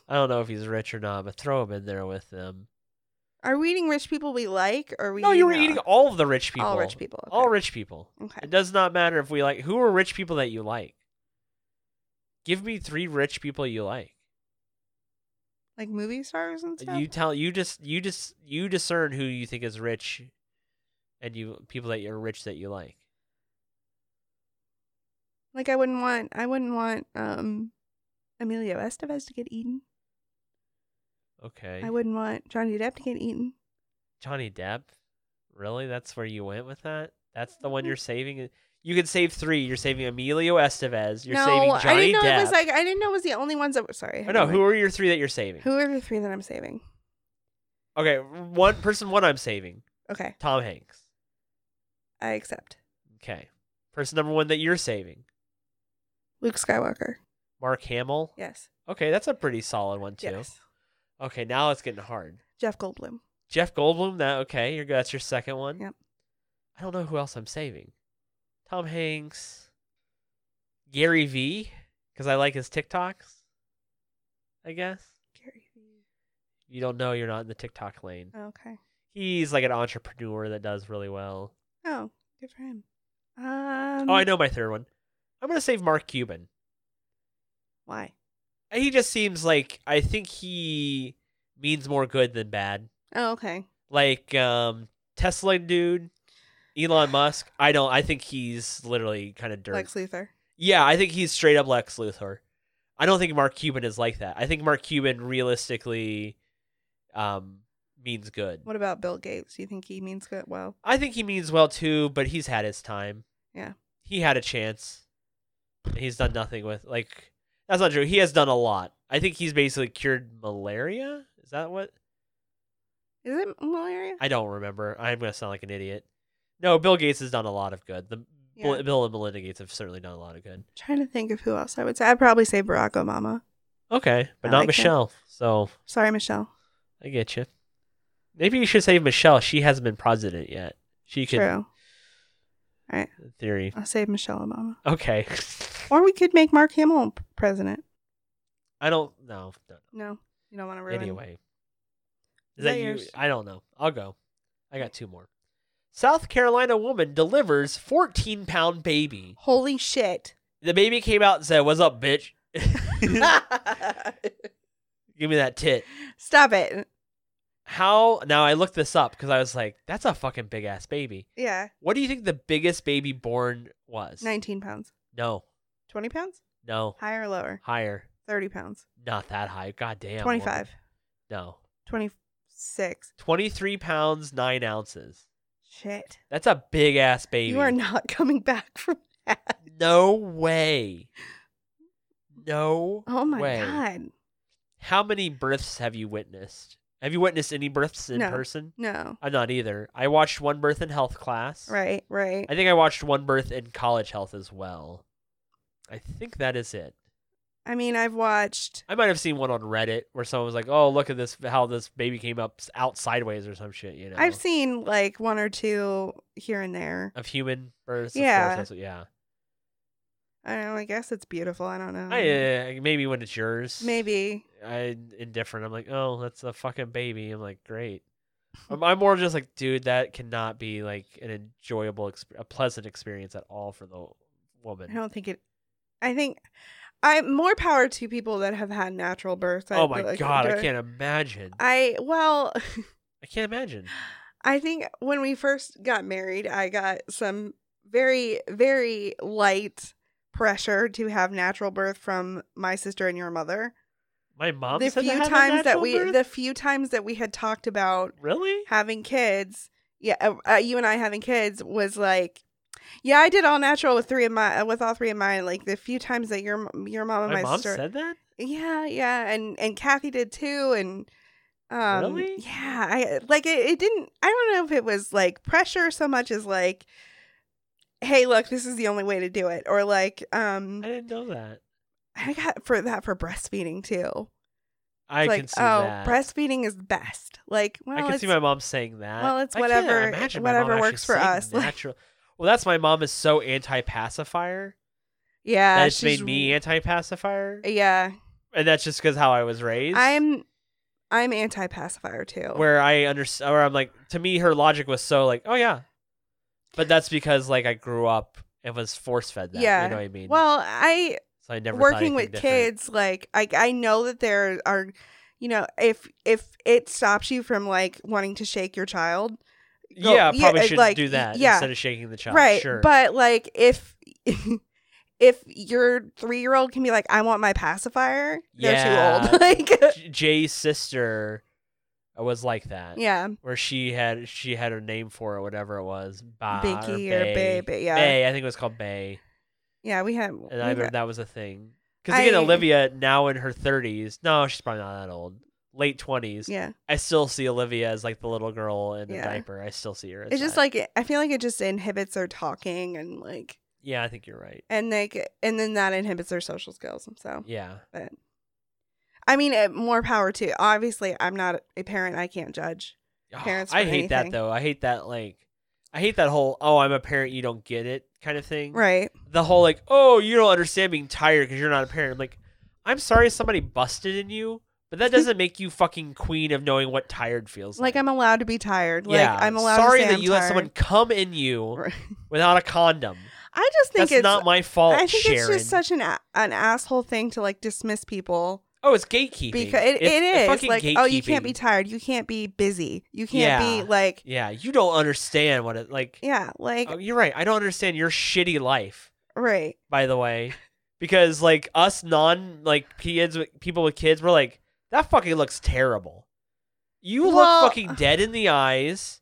Speaker 1: I don't know if he's rich or not, but throw him in there with them.
Speaker 2: Are we eating rich people we like? Or are we
Speaker 1: No, you were
Speaker 2: uh,
Speaker 1: eating all of the rich people.
Speaker 2: all rich people. Okay.
Speaker 1: All rich people.
Speaker 2: Okay.
Speaker 1: It does not matter if we like who are rich people that you like. Give me three rich people you like.
Speaker 2: Like movie stars and stuff.
Speaker 1: You tell you just you just you discern who you think is rich, and you people that you're rich that you like.
Speaker 2: Like I wouldn't want. I wouldn't want. Um, Emilio Estevez to get eaten.
Speaker 1: Okay,
Speaker 2: I wouldn't want Johnny Depp to get eaten.
Speaker 1: Johnny Depp, really? That's where you went with that? That's the
Speaker 2: Mm-hmm.
Speaker 1: one you're saving. You could save three. You're saving Emilio Estevez. You're
Speaker 2: no,
Speaker 1: saving
Speaker 2: I
Speaker 1: Johnny
Speaker 2: didn't know
Speaker 1: Depp.
Speaker 2: it was like. I didn't know it was the only ones that. were Sorry.
Speaker 1: oh, no, who are your three that you're saving?
Speaker 2: who are the three that I'm saving?
Speaker 1: Okay, one person one I'm saving
Speaker 2: Okay,
Speaker 1: Tom Hanks.
Speaker 2: I accept.
Speaker 1: Okay, person number one that you're saving
Speaker 2: Luke Skywalker.
Speaker 1: Mark Hamill.
Speaker 2: Yes.
Speaker 1: Okay, that's a pretty solid one too.
Speaker 2: Yes.
Speaker 1: Okay, now it's getting hard.
Speaker 2: Jeff Goldblum.
Speaker 1: Jeff Goldblum. That okay? Your that's your second one.
Speaker 2: Yep.
Speaker 1: I don't know who else I'm saving. Tom Hanks, Gary V, because I like his TikToks. I guess
Speaker 2: Gary Vee.
Speaker 1: you don't know you're not in the TikTok lane.
Speaker 2: Okay.
Speaker 1: He's like an entrepreneur that does really well.
Speaker 2: Oh, good for him. Um,
Speaker 1: oh, I know my third one. I'm gonna save Mark Cuban.
Speaker 2: Why?
Speaker 1: He just seems like I think he means more good than bad.
Speaker 2: Oh, okay.
Speaker 1: like um Tesla dude,
Speaker 2: <sighs>
Speaker 1: Elon Musk. I don't. I think he's literally kind of dirty.
Speaker 2: Lex Luthor.
Speaker 1: yeah, I think he's straight up Lex Luthor. I don't think Mark Cuban is like that. I think Mark Cuban realistically um means good.
Speaker 2: What about Bill Gates? Do you think he means good? Well,
Speaker 1: I think he means well too, but he's had his time.
Speaker 2: Yeah.
Speaker 1: He had a chance. and He's done nothing with like that's not true. He has done a lot. I think he's basically cured malaria. Is that what?
Speaker 2: is it malaria?
Speaker 1: I don't remember. I'm going to sound like an idiot. No, Bill Gates has done a lot of good. The
Speaker 2: Yeah. I'm
Speaker 1: Bill and Melinda Gates have certainly done a lot of good.
Speaker 2: trying to think of who else I would say. I'd probably say Barack Obama.
Speaker 1: Okay, but
Speaker 2: I
Speaker 1: not
Speaker 2: like that.
Speaker 1: Michelle. So
Speaker 2: Sorry, Michelle.
Speaker 1: I get you. Maybe you should say Michelle. She hasn't been president yet. She could,
Speaker 2: True.
Speaker 1: in theory.
Speaker 2: I'll say Michelle Obama.
Speaker 1: Okay. <laughs>
Speaker 2: Or we could make Mark Hamill p- president.
Speaker 1: I don't know.
Speaker 2: No, you don't want to ruin.
Speaker 1: Anyway,
Speaker 2: Is
Speaker 1: is that
Speaker 2: that
Speaker 1: you?
Speaker 2: yours?
Speaker 1: I don't know. I'll go. I got two more. South Carolina woman delivers 14 pound baby.
Speaker 2: Holy shit.
Speaker 1: The baby came out and said, "What's up, bitch? Give me that tit."
Speaker 2: Stop it.
Speaker 1: How now? I looked this up because I was like, "That's a fucking big ass baby."
Speaker 2: Yeah,
Speaker 1: What do you think the biggest baby born was?
Speaker 2: 19 pounds.
Speaker 1: No,
Speaker 2: 20 pounds?
Speaker 1: no,
Speaker 2: Higher or lower?
Speaker 1: higher.
Speaker 2: 30 pounds.
Speaker 1: Not that high. God damn. woman.
Speaker 2: 25.
Speaker 1: No,
Speaker 2: 26.
Speaker 1: twenty-three pounds nine ounces.
Speaker 2: Shit.
Speaker 1: That's a big ass baby.
Speaker 2: You are not <laughs> coming back from that.
Speaker 1: No way. No.
Speaker 2: Oh my
Speaker 1: way.
Speaker 2: god.
Speaker 1: How many births have you witnessed? Have you witnessed any births in
Speaker 2: No.
Speaker 1: person?
Speaker 2: No.
Speaker 1: I'm not either. I watched one birth in health class.
Speaker 2: Right, right.
Speaker 1: I think I watched one birth in college health as well. I think that is it.
Speaker 2: I mean, I've watched
Speaker 1: I might have seen one on Reddit where someone was like, "Oh, look at this! How this baby came up s- out sideways or some shit." You know,
Speaker 2: I've seen like one or two here and there.
Speaker 1: of human births. of course,
Speaker 2: Yeah.
Speaker 1: that's what- yeah.
Speaker 2: I don't know, I guess it's beautiful. I don't know.
Speaker 1: I, uh, maybe when it's yours.
Speaker 2: Um, Maybe.
Speaker 1: I indifferent. I'm like, oh, that's a fucking baby. I'm like, great. I'm, I'm more just like, dude, that cannot be like an enjoyable, exp- a pleasant experience at all for the
Speaker 2: I
Speaker 1: woman.
Speaker 2: don't think it I think I more power to people that have had natural births. I
Speaker 1: Oh my
Speaker 2: feel like
Speaker 1: god, I
Speaker 2: they're-
Speaker 1: can't imagine.
Speaker 2: I well, <laughs>
Speaker 1: I can't imagine.
Speaker 2: I think when we first got married, I got some very, very light pressure to have natural birth from my sister and your mother.
Speaker 1: My mom
Speaker 2: the
Speaker 1: said
Speaker 2: few
Speaker 1: that having
Speaker 2: times that
Speaker 1: natural
Speaker 2: we,
Speaker 1: birth?
Speaker 2: the few times that we had talked about
Speaker 1: really
Speaker 2: having kids, yeah, uh, uh, you and I having kids was like, yeah, I did all natural with three of my, uh, with all three of mine. Like the few times that your m- your mom and
Speaker 1: my
Speaker 2: my,
Speaker 1: mom
Speaker 2: sister,
Speaker 1: said that.
Speaker 2: yeah, yeah, and and Kathy did too, and um,
Speaker 1: Really?
Speaker 2: yeah, I like it. It didn't. I don't know if it was like pressure so much as like, hey, look, this is the only way to do it, or like, um,
Speaker 1: I didn't know that.
Speaker 2: I got for that for breastfeeding too.
Speaker 1: I
Speaker 2: It's
Speaker 1: can
Speaker 2: like,
Speaker 1: see
Speaker 2: oh,
Speaker 1: that.
Speaker 2: breastfeeding is best. Like, well,
Speaker 1: I can
Speaker 2: it's,
Speaker 1: see my mom saying that.
Speaker 2: well, it's
Speaker 1: I can't
Speaker 2: whatever-
Speaker 1: imagine my
Speaker 2: whatever
Speaker 1: mom actually
Speaker 2: works for
Speaker 1: saying
Speaker 2: us, <laughs> like-
Speaker 1: Natural. Well, that's my mom is so anti pacifier.
Speaker 2: yeah,
Speaker 1: that's made
Speaker 2: she's-
Speaker 1: me anti pacifier.
Speaker 2: yeah.
Speaker 1: and that's just because how I was raised.
Speaker 2: I'm, I'm anti pacifier too.
Speaker 1: where I understand, where I'm like, to me, her logic was so like, oh yeah, but that's because like I grew up and was force fed that.
Speaker 2: Yeah.
Speaker 1: you know what I mean.
Speaker 2: well, I
Speaker 1: so I never thought
Speaker 2: working with
Speaker 1: anything different.
Speaker 2: kids like I, I know that there are you know if if it stops you from like wanting to shake your child go-
Speaker 1: yeah, I
Speaker 2: yeah,
Speaker 1: probably
Speaker 2: it-
Speaker 1: should
Speaker 2: like,
Speaker 1: do that
Speaker 2: yeah.
Speaker 1: instead of shaking the child.
Speaker 2: right
Speaker 1: sure.
Speaker 2: but like if <laughs> if your three-year-old can be like i want my pacifier they're too
Speaker 1: Yeah.
Speaker 2: old <laughs> like
Speaker 1: J- Jay's sister was like that.
Speaker 2: yeah
Speaker 1: where she had she had a name for it, whatever it was, Ba
Speaker 2: binky or
Speaker 1: Bay.
Speaker 2: baby yeah
Speaker 1: Bay, I think it was called Bay.
Speaker 2: yeah we had
Speaker 1: And I remember
Speaker 2: we-
Speaker 1: that was a thing. Because again,
Speaker 2: Mm, I-
Speaker 1: Olivia now in her thirties. No, she's probably not that old. Late twenties.
Speaker 2: yeah
Speaker 1: I still see Olivia as like the little girl in the
Speaker 2: Yeah.
Speaker 1: diaper. I still see her. As
Speaker 2: it's just
Speaker 1: that.
Speaker 2: like i feel like it just inhibits their talking and like
Speaker 1: yeah, I think you're right.
Speaker 2: and like and then that inhibits their social skills so
Speaker 1: Yeah,
Speaker 2: I mean, uh, more power to. Obviously, I'm not a parent. I can't judge.
Speaker 1: Oh,
Speaker 2: Parents
Speaker 1: I
Speaker 2: for
Speaker 1: hate that
Speaker 2: anything.
Speaker 1: though. I hate that like, I hate that whole oh I'm a parent you don't get it kind of thing.
Speaker 2: Right.
Speaker 1: The whole like oh you don't understand being tired because you're not a parent. I'm like, I'm sorry somebody busted in you, but that doesn't make you fucking queen of knowing what tired feels like.
Speaker 2: Like, I'm allowed to be tired.
Speaker 1: yeah,
Speaker 2: Like, I'm allowed
Speaker 1: sorry
Speaker 2: to say
Speaker 1: that
Speaker 2: I'm
Speaker 1: you let someone
Speaker 2: tired.
Speaker 1: come in you
Speaker 2: Right.
Speaker 1: without a condom.
Speaker 2: I just <laughs> think
Speaker 1: That's
Speaker 2: it's.
Speaker 1: not my fault,
Speaker 2: I think
Speaker 1: Sharon.
Speaker 2: it's just such an a- an asshole thing to like dismiss people
Speaker 1: oh, it's gatekeeping.
Speaker 2: because it,
Speaker 1: It's
Speaker 2: it is
Speaker 1: fucking
Speaker 2: like oh you can't
Speaker 1: gatekeeping.
Speaker 2: be tired you can't be busy you can't
Speaker 1: Yeah.
Speaker 2: be like
Speaker 1: Yeah, you don't understand what it like.
Speaker 2: yeah like
Speaker 1: Oh, you're right. I don't understand your shitty life,
Speaker 2: right
Speaker 1: by the way, because like us non like kids with people with kids, we're like that fucking looks terrible. You
Speaker 2: Well-
Speaker 1: look fucking dead in the eyes.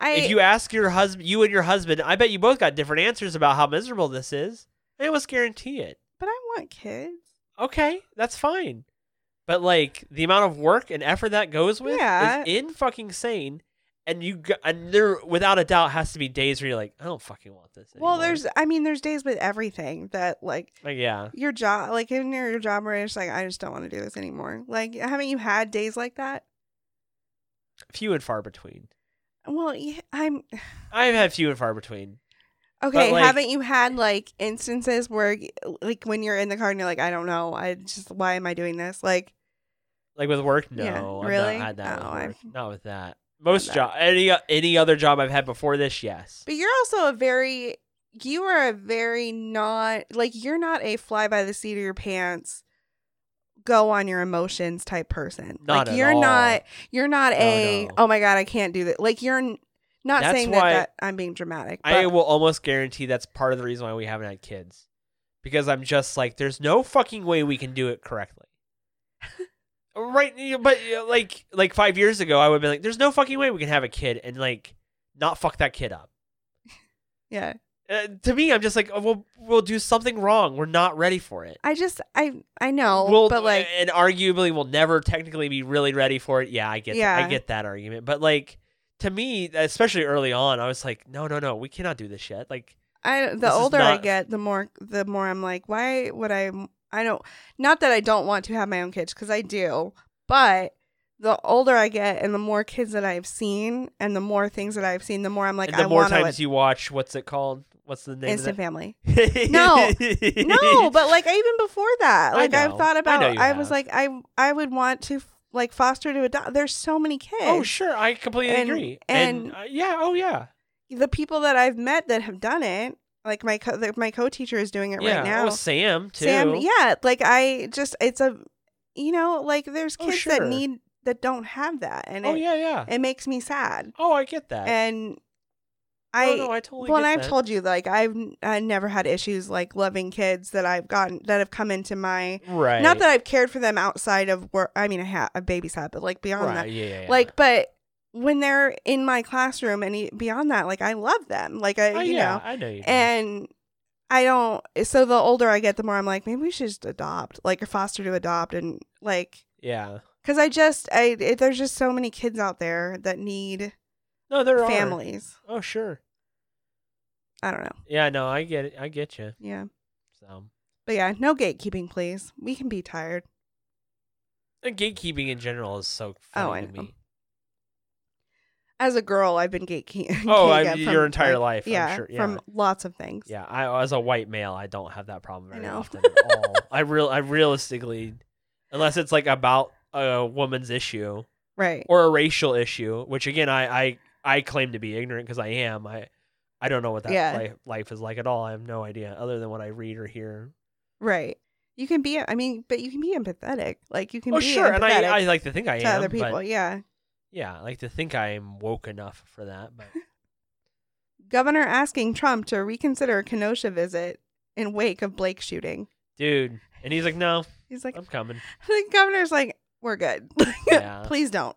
Speaker 2: I
Speaker 1: if you ask your husband, you and your husband, I bet you both got different answers about how miserable this is. I almost guarantee it.
Speaker 2: but I want kids.
Speaker 1: Okay, that's fine. But like the amount of work and effort that goes with
Speaker 2: Yeah.
Speaker 1: is in fucking sane. And you g- and there without a doubt has to be days where you're like, I don't fucking want this.
Speaker 2: Well,
Speaker 1: anymore."
Speaker 2: there's I mean, there's days with everything that like
Speaker 1: like yeah,
Speaker 2: your job, like in your your job, where it's like I just don't want to do this anymore. Like, haven't you had days like that?
Speaker 1: few and far between.
Speaker 2: Well, yeah, I'm
Speaker 1: I've had few and far between.
Speaker 2: okay.
Speaker 1: like-
Speaker 2: haven't you had like instances where like when you're in the car and you're like, I don't know, I just why am I doing this? Like,
Speaker 1: Like with work, no,
Speaker 2: Yeah,
Speaker 1: I've
Speaker 2: really?
Speaker 1: not had that.
Speaker 2: Oh,
Speaker 1: with work.
Speaker 2: I've-
Speaker 1: Not with that. Most
Speaker 2: that.
Speaker 1: job, any any other job I've had before this, yes.
Speaker 2: but you're also a very you are a very not like you're not a fly by the seat of your pants go on your emotions type person
Speaker 1: Not
Speaker 2: like
Speaker 1: at
Speaker 2: you're
Speaker 1: all.
Speaker 2: not you're not
Speaker 1: No,
Speaker 2: a
Speaker 1: no.
Speaker 2: oh my god i can't do that like you're n- not
Speaker 1: That's
Speaker 2: saying
Speaker 1: why
Speaker 2: that, that i'm being dramatic but
Speaker 1: I will almost guarantee that's part of the reason why we haven't had kids. Because I'm just like, there's no fucking way we can do it
Speaker 2: <laughs>
Speaker 1: correctly. right you- but you know, like like five years ago I would have been like, there's no fucking way we can have a kid and like not fuck that kid up.
Speaker 2: yeah
Speaker 1: Uh, to me, I'm just like, oh, we'll we'll do something wrong. We're not ready for it.
Speaker 2: i just i i know
Speaker 1: we'll,
Speaker 2: but like
Speaker 1: and arguably we'll never technically be really ready for it. Yeah, I get that.
Speaker 2: Yeah.
Speaker 1: I get that argument. But like to me, especially early on, I was like, no, no, no, we cannot do this shit. Like
Speaker 2: I the
Speaker 1: This is
Speaker 2: older I
Speaker 1: not-
Speaker 2: get, the more the more I'm like, why would I? I don't. Not that I don't want to have my own kids, because I do. But the older I get, and the more kids that I've seen, and the more things that I've seen, the more I'm like,
Speaker 1: and the
Speaker 2: I
Speaker 1: more
Speaker 2: want
Speaker 1: times
Speaker 2: to
Speaker 1: you watch, what's it called? What's the name?
Speaker 2: instant
Speaker 1: of
Speaker 2: family.
Speaker 1: <laughs> that?
Speaker 2: No.
Speaker 1: <laughs>
Speaker 2: No, but like even before that,
Speaker 1: I
Speaker 2: like I've
Speaker 1: know.
Speaker 2: thought
Speaker 1: I
Speaker 2: about.
Speaker 1: know
Speaker 2: I,
Speaker 1: you
Speaker 2: was
Speaker 1: have.
Speaker 2: like, I I would want to like foster to adopt. There's so many kids.
Speaker 1: oh sure, I completely
Speaker 2: And-
Speaker 1: agree.
Speaker 2: and-
Speaker 1: uh, yeah, oh yeah,
Speaker 2: the people that I've met that have done it, like my co- the, my co teacher is doing it
Speaker 1: yeah.
Speaker 2: right now.
Speaker 1: Oh, Sam too.
Speaker 2: Sam, yeah, like I just it's a you know, like there's
Speaker 1: Oh,
Speaker 2: kids
Speaker 1: sure.
Speaker 2: that need that don't have that and
Speaker 1: Oh
Speaker 2: it,
Speaker 1: yeah, yeah.
Speaker 2: it makes me sad.
Speaker 1: Oh, I get that.
Speaker 2: And
Speaker 1: no,
Speaker 2: I
Speaker 1: Oh, no, I totally.
Speaker 2: well,
Speaker 1: get
Speaker 2: and I've
Speaker 1: that.
Speaker 2: told you like I've I never had issues like loving kids that I've gotten that have come into my
Speaker 1: right.
Speaker 2: not that I've cared for them outside of work. I mean, I have a babysat, but like beyond
Speaker 1: right.
Speaker 2: that.
Speaker 1: Yeah, yeah, yeah.
Speaker 2: Like but when they're in my classroom and e- beyond that, like I love them. Like I
Speaker 1: oh,
Speaker 2: you
Speaker 1: yeah,
Speaker 2: know
Speaker 1: I know you. do.
Speaker 2: and I don't. So the older I get, the more I'm like, maybe we should just adopt, like, or foster to adopt, and like,
Speaker 1: yeah.
Speaker 2: because I just, I it, there's just so many kids out there that need
Speaker 1: No, there are
Speaker 2: families.
Speaker 1: Oh sure.
Speaker 2: I don't know.
Speaker 1: Yeah, no, I get it. I get you.
Speaker 2: Yeah,
Speaker 1: So
Speaker 2: but yeah, no gatekeeping, please. We can be tired.
Speaker 1: and gatekeeping in general is so
Speaker 2: Oh,
Speaker 1: funny
Speaker 2: I
Speaker 1: to
Speaker 2: know. <laughs>
Speaker 1: me.
Speaker 2: As a girl, I've been gatekeeping. <laughs>
Speaker 1: Oh, I- your entire life, I'm
Speaker 2: yeah,
Speaker 1: sure, yeah.
Speaker 2: from lots of things.
Speaker 1: Yeah, I as a white male, I don't have that problem
Speaker 2: I
Speaker 1: very
Speaker 2: know.
Speaker 1: often
Speaker 2: <laughs>
Speaker 1: at all. I real I realistically, unless it's like about a woman's issue
Speaker 2: Right.
Speaker 1: or a racial issue, which again I I, I claim to be ignorant because I am. I I don't know what that
Speaker 2: Yeah.
Speaker 1: life, life is like at all. I have no idea other than what I read or hear.
Speaker 2: right. You can be. I mean, but you can be empathetic. Like you can
Speaker 1: Oh
Speaker 2: be
Speaker 1: sure, and
Speaker 2: empathetic
Speaker 1: I I like to think I
Speaker 2: to
Speaker 1: am.
Speaker 2: other people.
Speaker 1: But
Speaker 2: yeah.
Speaker 1: yeah, I like to think I am woke enough for that. But
Speaker 2: Governor asking Trump to reconsider Kenosha visit in wake of Blake shooting.
Speaker 1: dude, and he's like, no,
Speaker 2: He's like, <laughs>
Speaker 1: I'm coming.
Speaker 2: the governor's like, we're good. <laughs>
Speaker 1: Yeah.
Speaker 2: Please don't.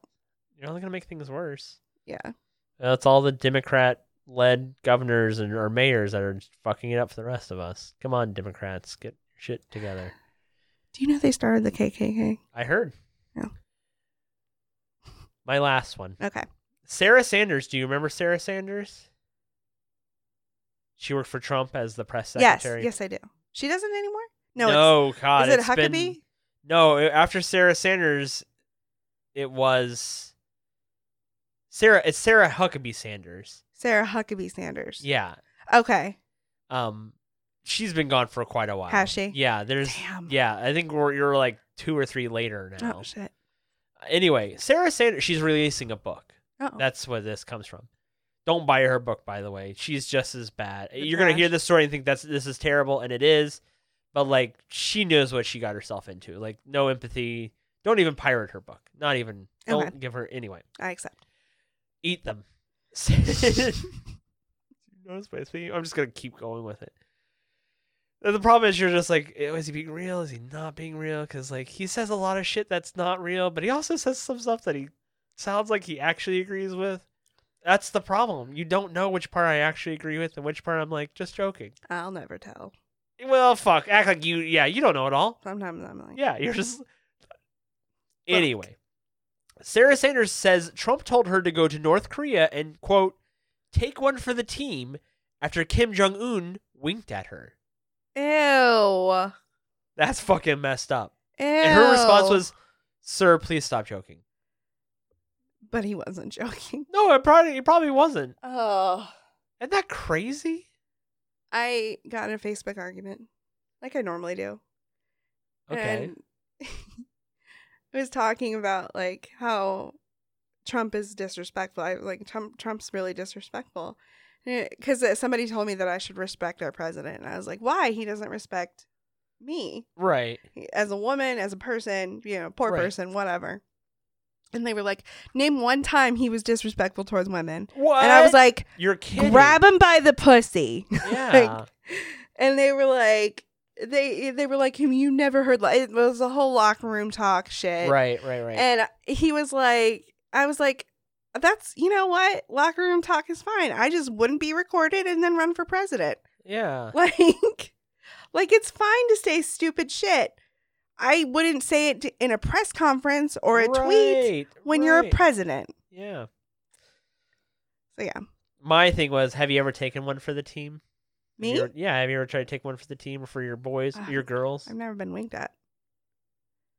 Speaker 1: You're only gonna make things worse.
Speaker 2: Yeah.
Speaker 1: That's all the Democrat led governors and or mayors that are fucking it up for the rest of us. Come on, Democrats, get your shit together.
Speaker 2: Do you know they started the KKK?
Speaker 1: I heard.
Speaker 2: Yeah.
Speaker 1: My last one.
Speaker 2: Okay.
Speaker 1: Sarah Sanders, do you remember Sarah Sanders? She worked for Trump as the press secretary.
Speaker 2: Yes. Yes, I do. She doesn't anymore? No.
Speaker 1: No, no God.
Speaker 2: it's, is it
Speaker 1: it's been-
Speaker 2: Huckabee?
Speaker 1: No, a- after Sarah Sanders, it was Sarah. It's Sarah Huckabee Sanders.
Speaker 2: Sarah Huckabee Sanders.
Speaker 1: Yeah.
Speaker 2: Okay.
Speaker 1: Um, she's been gone for quite a while.
Speaker 2: Has she?
Speaker 1: Yeah. There's.
Speaker 2: Damn.
Speaker 1: Yeah, I think we're you're like two or three later now.
Speaker 2: Oh, shit.
Speaker 1: Anyway, Sarah Sanders, she's releasing a book.
Speaker 2: Oh.
Speaker 1: That's where this comes from. Don't buy her book, by the way. She's just as bad.
Speaker 2: It's
Speaker 1: You're gonna hear
Speaker 2: trash.
Speaker 1: this story and think that's this is terrible, and it is. But like, she knows what she got herself into. Like, no empathy. Don't even pirate her book. Not even. Don't
Speaker 2: Okay.
Speaker 1: give her anyway.
Speaker 2: I accept.
Speaker 1: Eat them. Notice my speaking- I'm just gonna keep going with it. The the problem is you're just like, "Oh, is he being real? Is he not being real? Because like he says a lot of shit that's not real, but he also says some stuff that he sounds like he actually agrees with. That's the problem. You don't know which part I actually agree with and which part I'm like just joking.
Speaker 2: I'll never tell.
Speaker 1: Well, fuck. Act like you. Yeah, you don't know it all.
Speaker 2: Sometimes I'm like,
Speaker 1: Yeah,
Speaker 2: <laughs>
Speaker 1: you're just. Anyway, Sarah Sanders says Trump told her to go to North Korea and, quote, take one for the team after Kim Jong un winked at her.
Speaker 2: ew,
Speaker 1: That's fucking messed up.
Speaker 2: ew.
Speaker 1: And her response was, Sir, please stop joking.
Speaker 2: but he wasn't <laughs> joking.
Speaker 1: No, it probably, it probably wasn't.
Speaker 2: Oh,
Speaker 1: Isn't that crazy?
Speaker 2: I got in a Facebook argument, like I normally do.
Speaker 1: Okay.
Speaker 2: And <laughs> I was talking about like how Trump is disrespectful. I like Trump. Trump's really disrespectful because somebody told me that I should respect our president, and I was like, why? He doesn't respect me
Speaker 1: right.
Speaker 2: as a woman, as a person, you know, poor
Speaker 1: Right.
Speaker 2: person, whatever. And they were like, name one time he was disrespectful towards women.
Speaker 1: What?
Speaker 2: And I was like,
Speaker 1: You're kidding.
Speaker 2: grab him by the pussy. <laughs>
Speaker 1: Yeah.
Speaker 2: and they were like, they they were like, you never heard. Like, it was a whole locker room talk shit.
Speaker 1: right, right, right.
Speaker 2: And he was like, I was like, that's you know what, locker room talk is fine. I just wouldn't be recorded and then run for
Speaker 1: <laughs>
Speaker 2: president. <laughs>
Speaker 1: yeah.
Speaker 2: Like, like it's fine to say stupid shit. I wouldn't say it in a press conference or a tweet
Speaker 1: Right,
Speaker 2: when you're a
Speaker 1: right.
Speaker 2: president.
Speaker 1: Yeah.
Speaker 2: So yeah,
Speaker 1: My thing was, have you ever taken one for the team? Have you
Speaker 2: me, Ah,
Speaker 1: ever- yeah, have you ever tried to take one for the team or for your boys, or
Speaker 2: Ugh,
Speaker 1: your girls?
Speaker 2: I've never been winked at.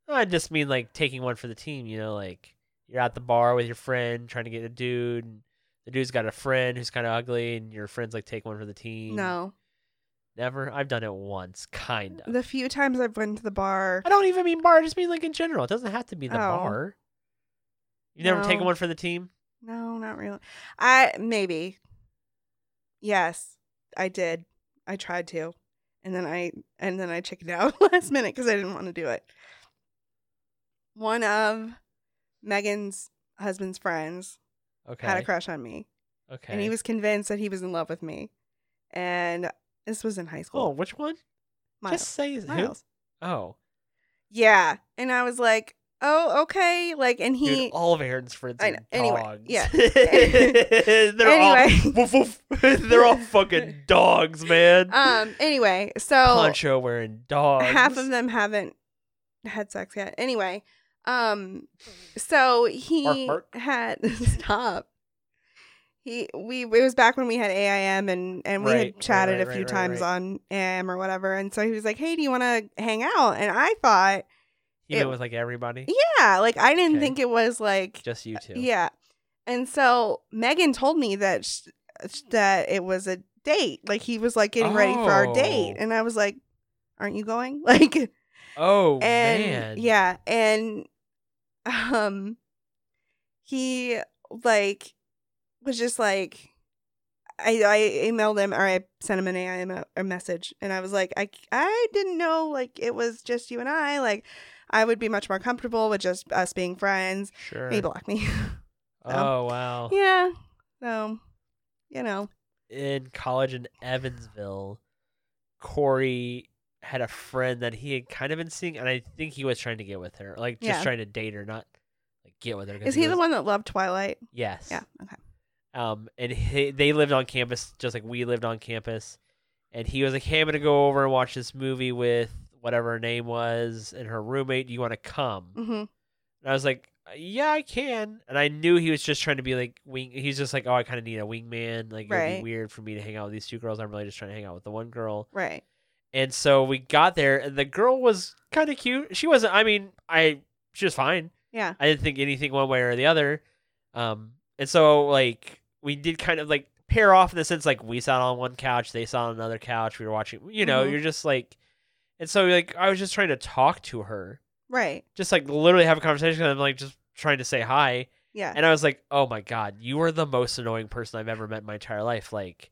Speaker 1: No, I just mean like taking one for the team. You know, like you're at the bar with your friend trying to get a dude. And the dude's got a friend who's kind of ugly, and your friend's like, take one for the team.
Speaker 2: No,
Speaker 1: never. I've done it once, kind of.
Speaker 2: the few times I've been to the bar,
Speaker 1: I don't even mean bar. I just mean like in general. It doesn't have to be the
Speaker 2: Oh.
Speaker 1: bar. You never taken
Speaker 2: No.
Speaker 1: one for the team.
Speaker 2: no, not really. I maybe, yes, I did. I tried to, and then I and then I chickened out <laughs> last minute because I didn't want to do it. One of Megan's husband's friends
Speaker 1: Okay.
Speaker 2: had a crush on me.
Speaker 1: okay.
Speaker 2: and he was convinced that he was in love with me. And this was in high
Speaker 1: Oh,
Speaker 2: school.
Speaker 1: which one?
Speaker 2: Miles.
Speaker 1: Just say who?
Speaker 2: Miles.
Speaker 1: Oh,
Speaker 2: Yeah. And I was like, oh, okay. Like, and
Speaker 1: dude,
Speaker 2: he,
Speaker 1: all of Aaron's friends
Speaker 2: I
Speaker 1: are
Speaker 2: know, anyway,
Speaker 1: dogs.
Speaker 2: yeah.
Speaker 1: <laughs> They're all
Speaker 2: Anyway.
Speaker 1: <laughs> woof, woof. They're
Speaker 2: <laughs>
Speaker 1: all fucking dogs, man.
Speaker 2: um, anyway, so
Speaker 1: Poncho wearing dogs.
Speaker 2: half of them haven't had sex yet. Anyway, um, so he
Speaker 1: Mm. Bark, bark.
Speaker 2: had, <laughs> stop. He, we, it was back when we had AIM and, and we
Speaker 1: Right, right,
Speaker 2: had chatted
Speaker 1: right,
Speaker 2: a few
Speaker 1: right, right,
Speaker 2: times
Speaker 1: right.
Speaker 2: on AIM or whatever. And so he was like, hey, do you want to hang out? And I thought,
Speaker 1: He
Speaker 2: it-
Speaker 1: went with like everybody.
Speaker 2: Yeah, like I didn't
Speaker 1: Okay.
Speaker 2: think it was like
Speaker 1: Just you two.
Speaker 2: yeah. And so Megan told me that sh- sh- that it was a date. Like he was like getting ready for our date,
Speaker 1: Oh.
Speaker 2: and I was like, "Aren't you going?" <laughs> Like and
Speaker 1: Oh man.
Speaker 2: yeah, and <laughs> um, he like was just like. I, I emailed him or I sent him an AIM a, a message and I was like I, I didn't know like it was just you and I like I would be much more comfortable with just us being friends
Speaker 1: Sure.
Speaker 2: he blocked me. <laughs>
Speaker 1: Oh wow.
Speaker 2: yeah. So, you know.
Speaker 1: in college in Evansville, Corey had a friend that he had kind of been seeing, and I think he was trying to get with her, like just
Speaker 2: Yeah.
Speaker 1: trying to date her, not like get with her. 'cause
Speaker 2: Is he the
Speaker 1: was-
Speaker 2: one that loved Twilight?
Speaker 1: Yes.
Speaker 2: Yeah. Okay.
Speaker 1: Um, and he, they lived on campus just like we lived on campus, and he was like, "Hey, I'm gonna go over and watch this movie with whatever her name was and her roommate. Do you want to come?"
Speaker 2: hmm
Speaker 1: And I was like, "Yeah, I can." And I knew he was just trying to be like wing. He's just like, "Oh, I kind of need a wingman. Like, it'd
Speaker 2: Right.
Speaker 1: be weird for me to hang out with these two girls. I'm really just trying to hang out with the one girl."
Speaker 2: Right.
Speaker 1: And so we got there, and the girl was kind of cute. She wasn't. I mean, I she was fine.
Speaker 2: Yeah.
Speaker 1: I didn't think anything one way or the other. Um, and so like we did kind of like pair off in the sense like we sat on one couch, they sat on another couch. We were watching. You know,
Speaker 2: Mhm.
Speaker 1: you're just like, and so like I was just trying to talk to her,
Speaker 2: Right.
Speaker 1: just like literally have a conversation. And I'm like just trying to say hi,
Speaker 2: Yeah.
Speaker 1: and I was like, oh my god, you are the most annoying person I've ever met in my entire life. Like,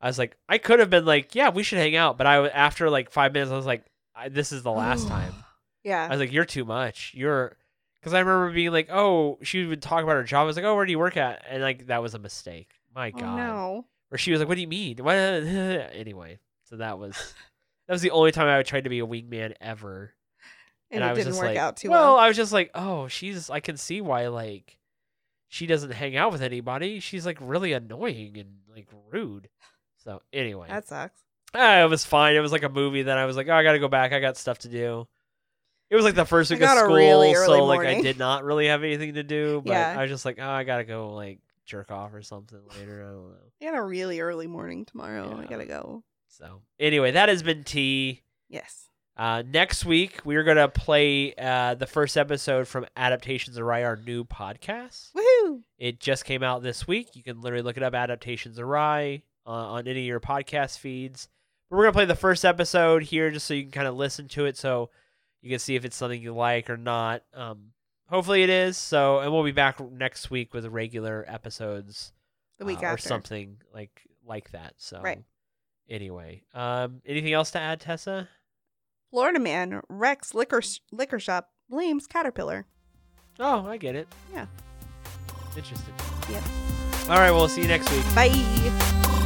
Speaker 1: I was like, I could have been like, yeah, we should hang out, but I was after like five minutes, I was like, I, this is the last time. I
Speaker 2: Yeah.
Speaker 1: was like, you're too much. You're because I remember being like, oh, she would talk about her job. I was like, oh, where do you work at? And like that was a mistake. My
Speaker 2: Oh,
Speaker 1: God.
Speaker 2: no.
Speaker 1: Or she was like, what do you mean? What? <laughs> anyway, so that was <laughs> that was the only time I tried to be a wingman ever
Speaker 2: And,
Speaker 1: I
Speaker 2: it
Speaker 1: was
Speaker 2: didn't
Speaker 1: just
Speaker 2: work
Speaker 1: like,
Speaker 2: out too
Speaker 1: well.
Speaker 2: well.
Speaker 1: I was just like, oh, she's. I can see why like she doesn't hang out with anybody. She's like really annoying and like rude. So anyway,
Speaker 2: That sucks.
Speaker 1: Ah, it was fine. It was like a movie. Then I was like, oh, I gotta go back. I got stuff to do. It was like the first
Speaker 2: I
Speaker 1: week of
Speaker 2: got a
Speaker 1: school,
Speaker 2: really early
Speaker 1: so like I
Speaker 2: morning.
Speaker 1: did not really have anything to do. But
Speaker 2: Yeah.
Speaker 1: I was just like, oh, I gotta go like jerk off or something later. I don't know.
Speaker 2: I got a really early morning tomorrow. I
Speaker 1: Yeah.
Speaker 2: gotta go.
Speaker 1: So anyway, that has been tea.
Speaker 2: Yes.
Speaker 1: Uh, next week we are gonna play uh, the first episode from Adaptations Awry, our new podcast.
Speaker 2: Woohoo!
Speaker 1: It just came out this week. You can literally look it up, Adaptations Awry, uh, on any of your podcast feeds. But we're gonna play the first episode here, just so you can kind of listen to it, so you can see if it's something you like or not. Um, hopefully it is. So, and we'll be back next week with regular episodes
Speaker 2: The week
Speaker 1: uh,
Speaker 2: after.
Speaker 1: or something like like that. So,
Speaker 2: Right.
Speaker 1: Anyway, um, anything else to add, Tessa?
Speaker 2: Florida man wrecks liquor sh- liquor shop blames caterpillar.
Speaker 1: Oh, I get it.
Speaker 2: Yeah.
Speaker 1: Interesting.
Speaker 2: Yep.
Speaker 1: All right. Well, see you next week.
Speaker 2: Bye.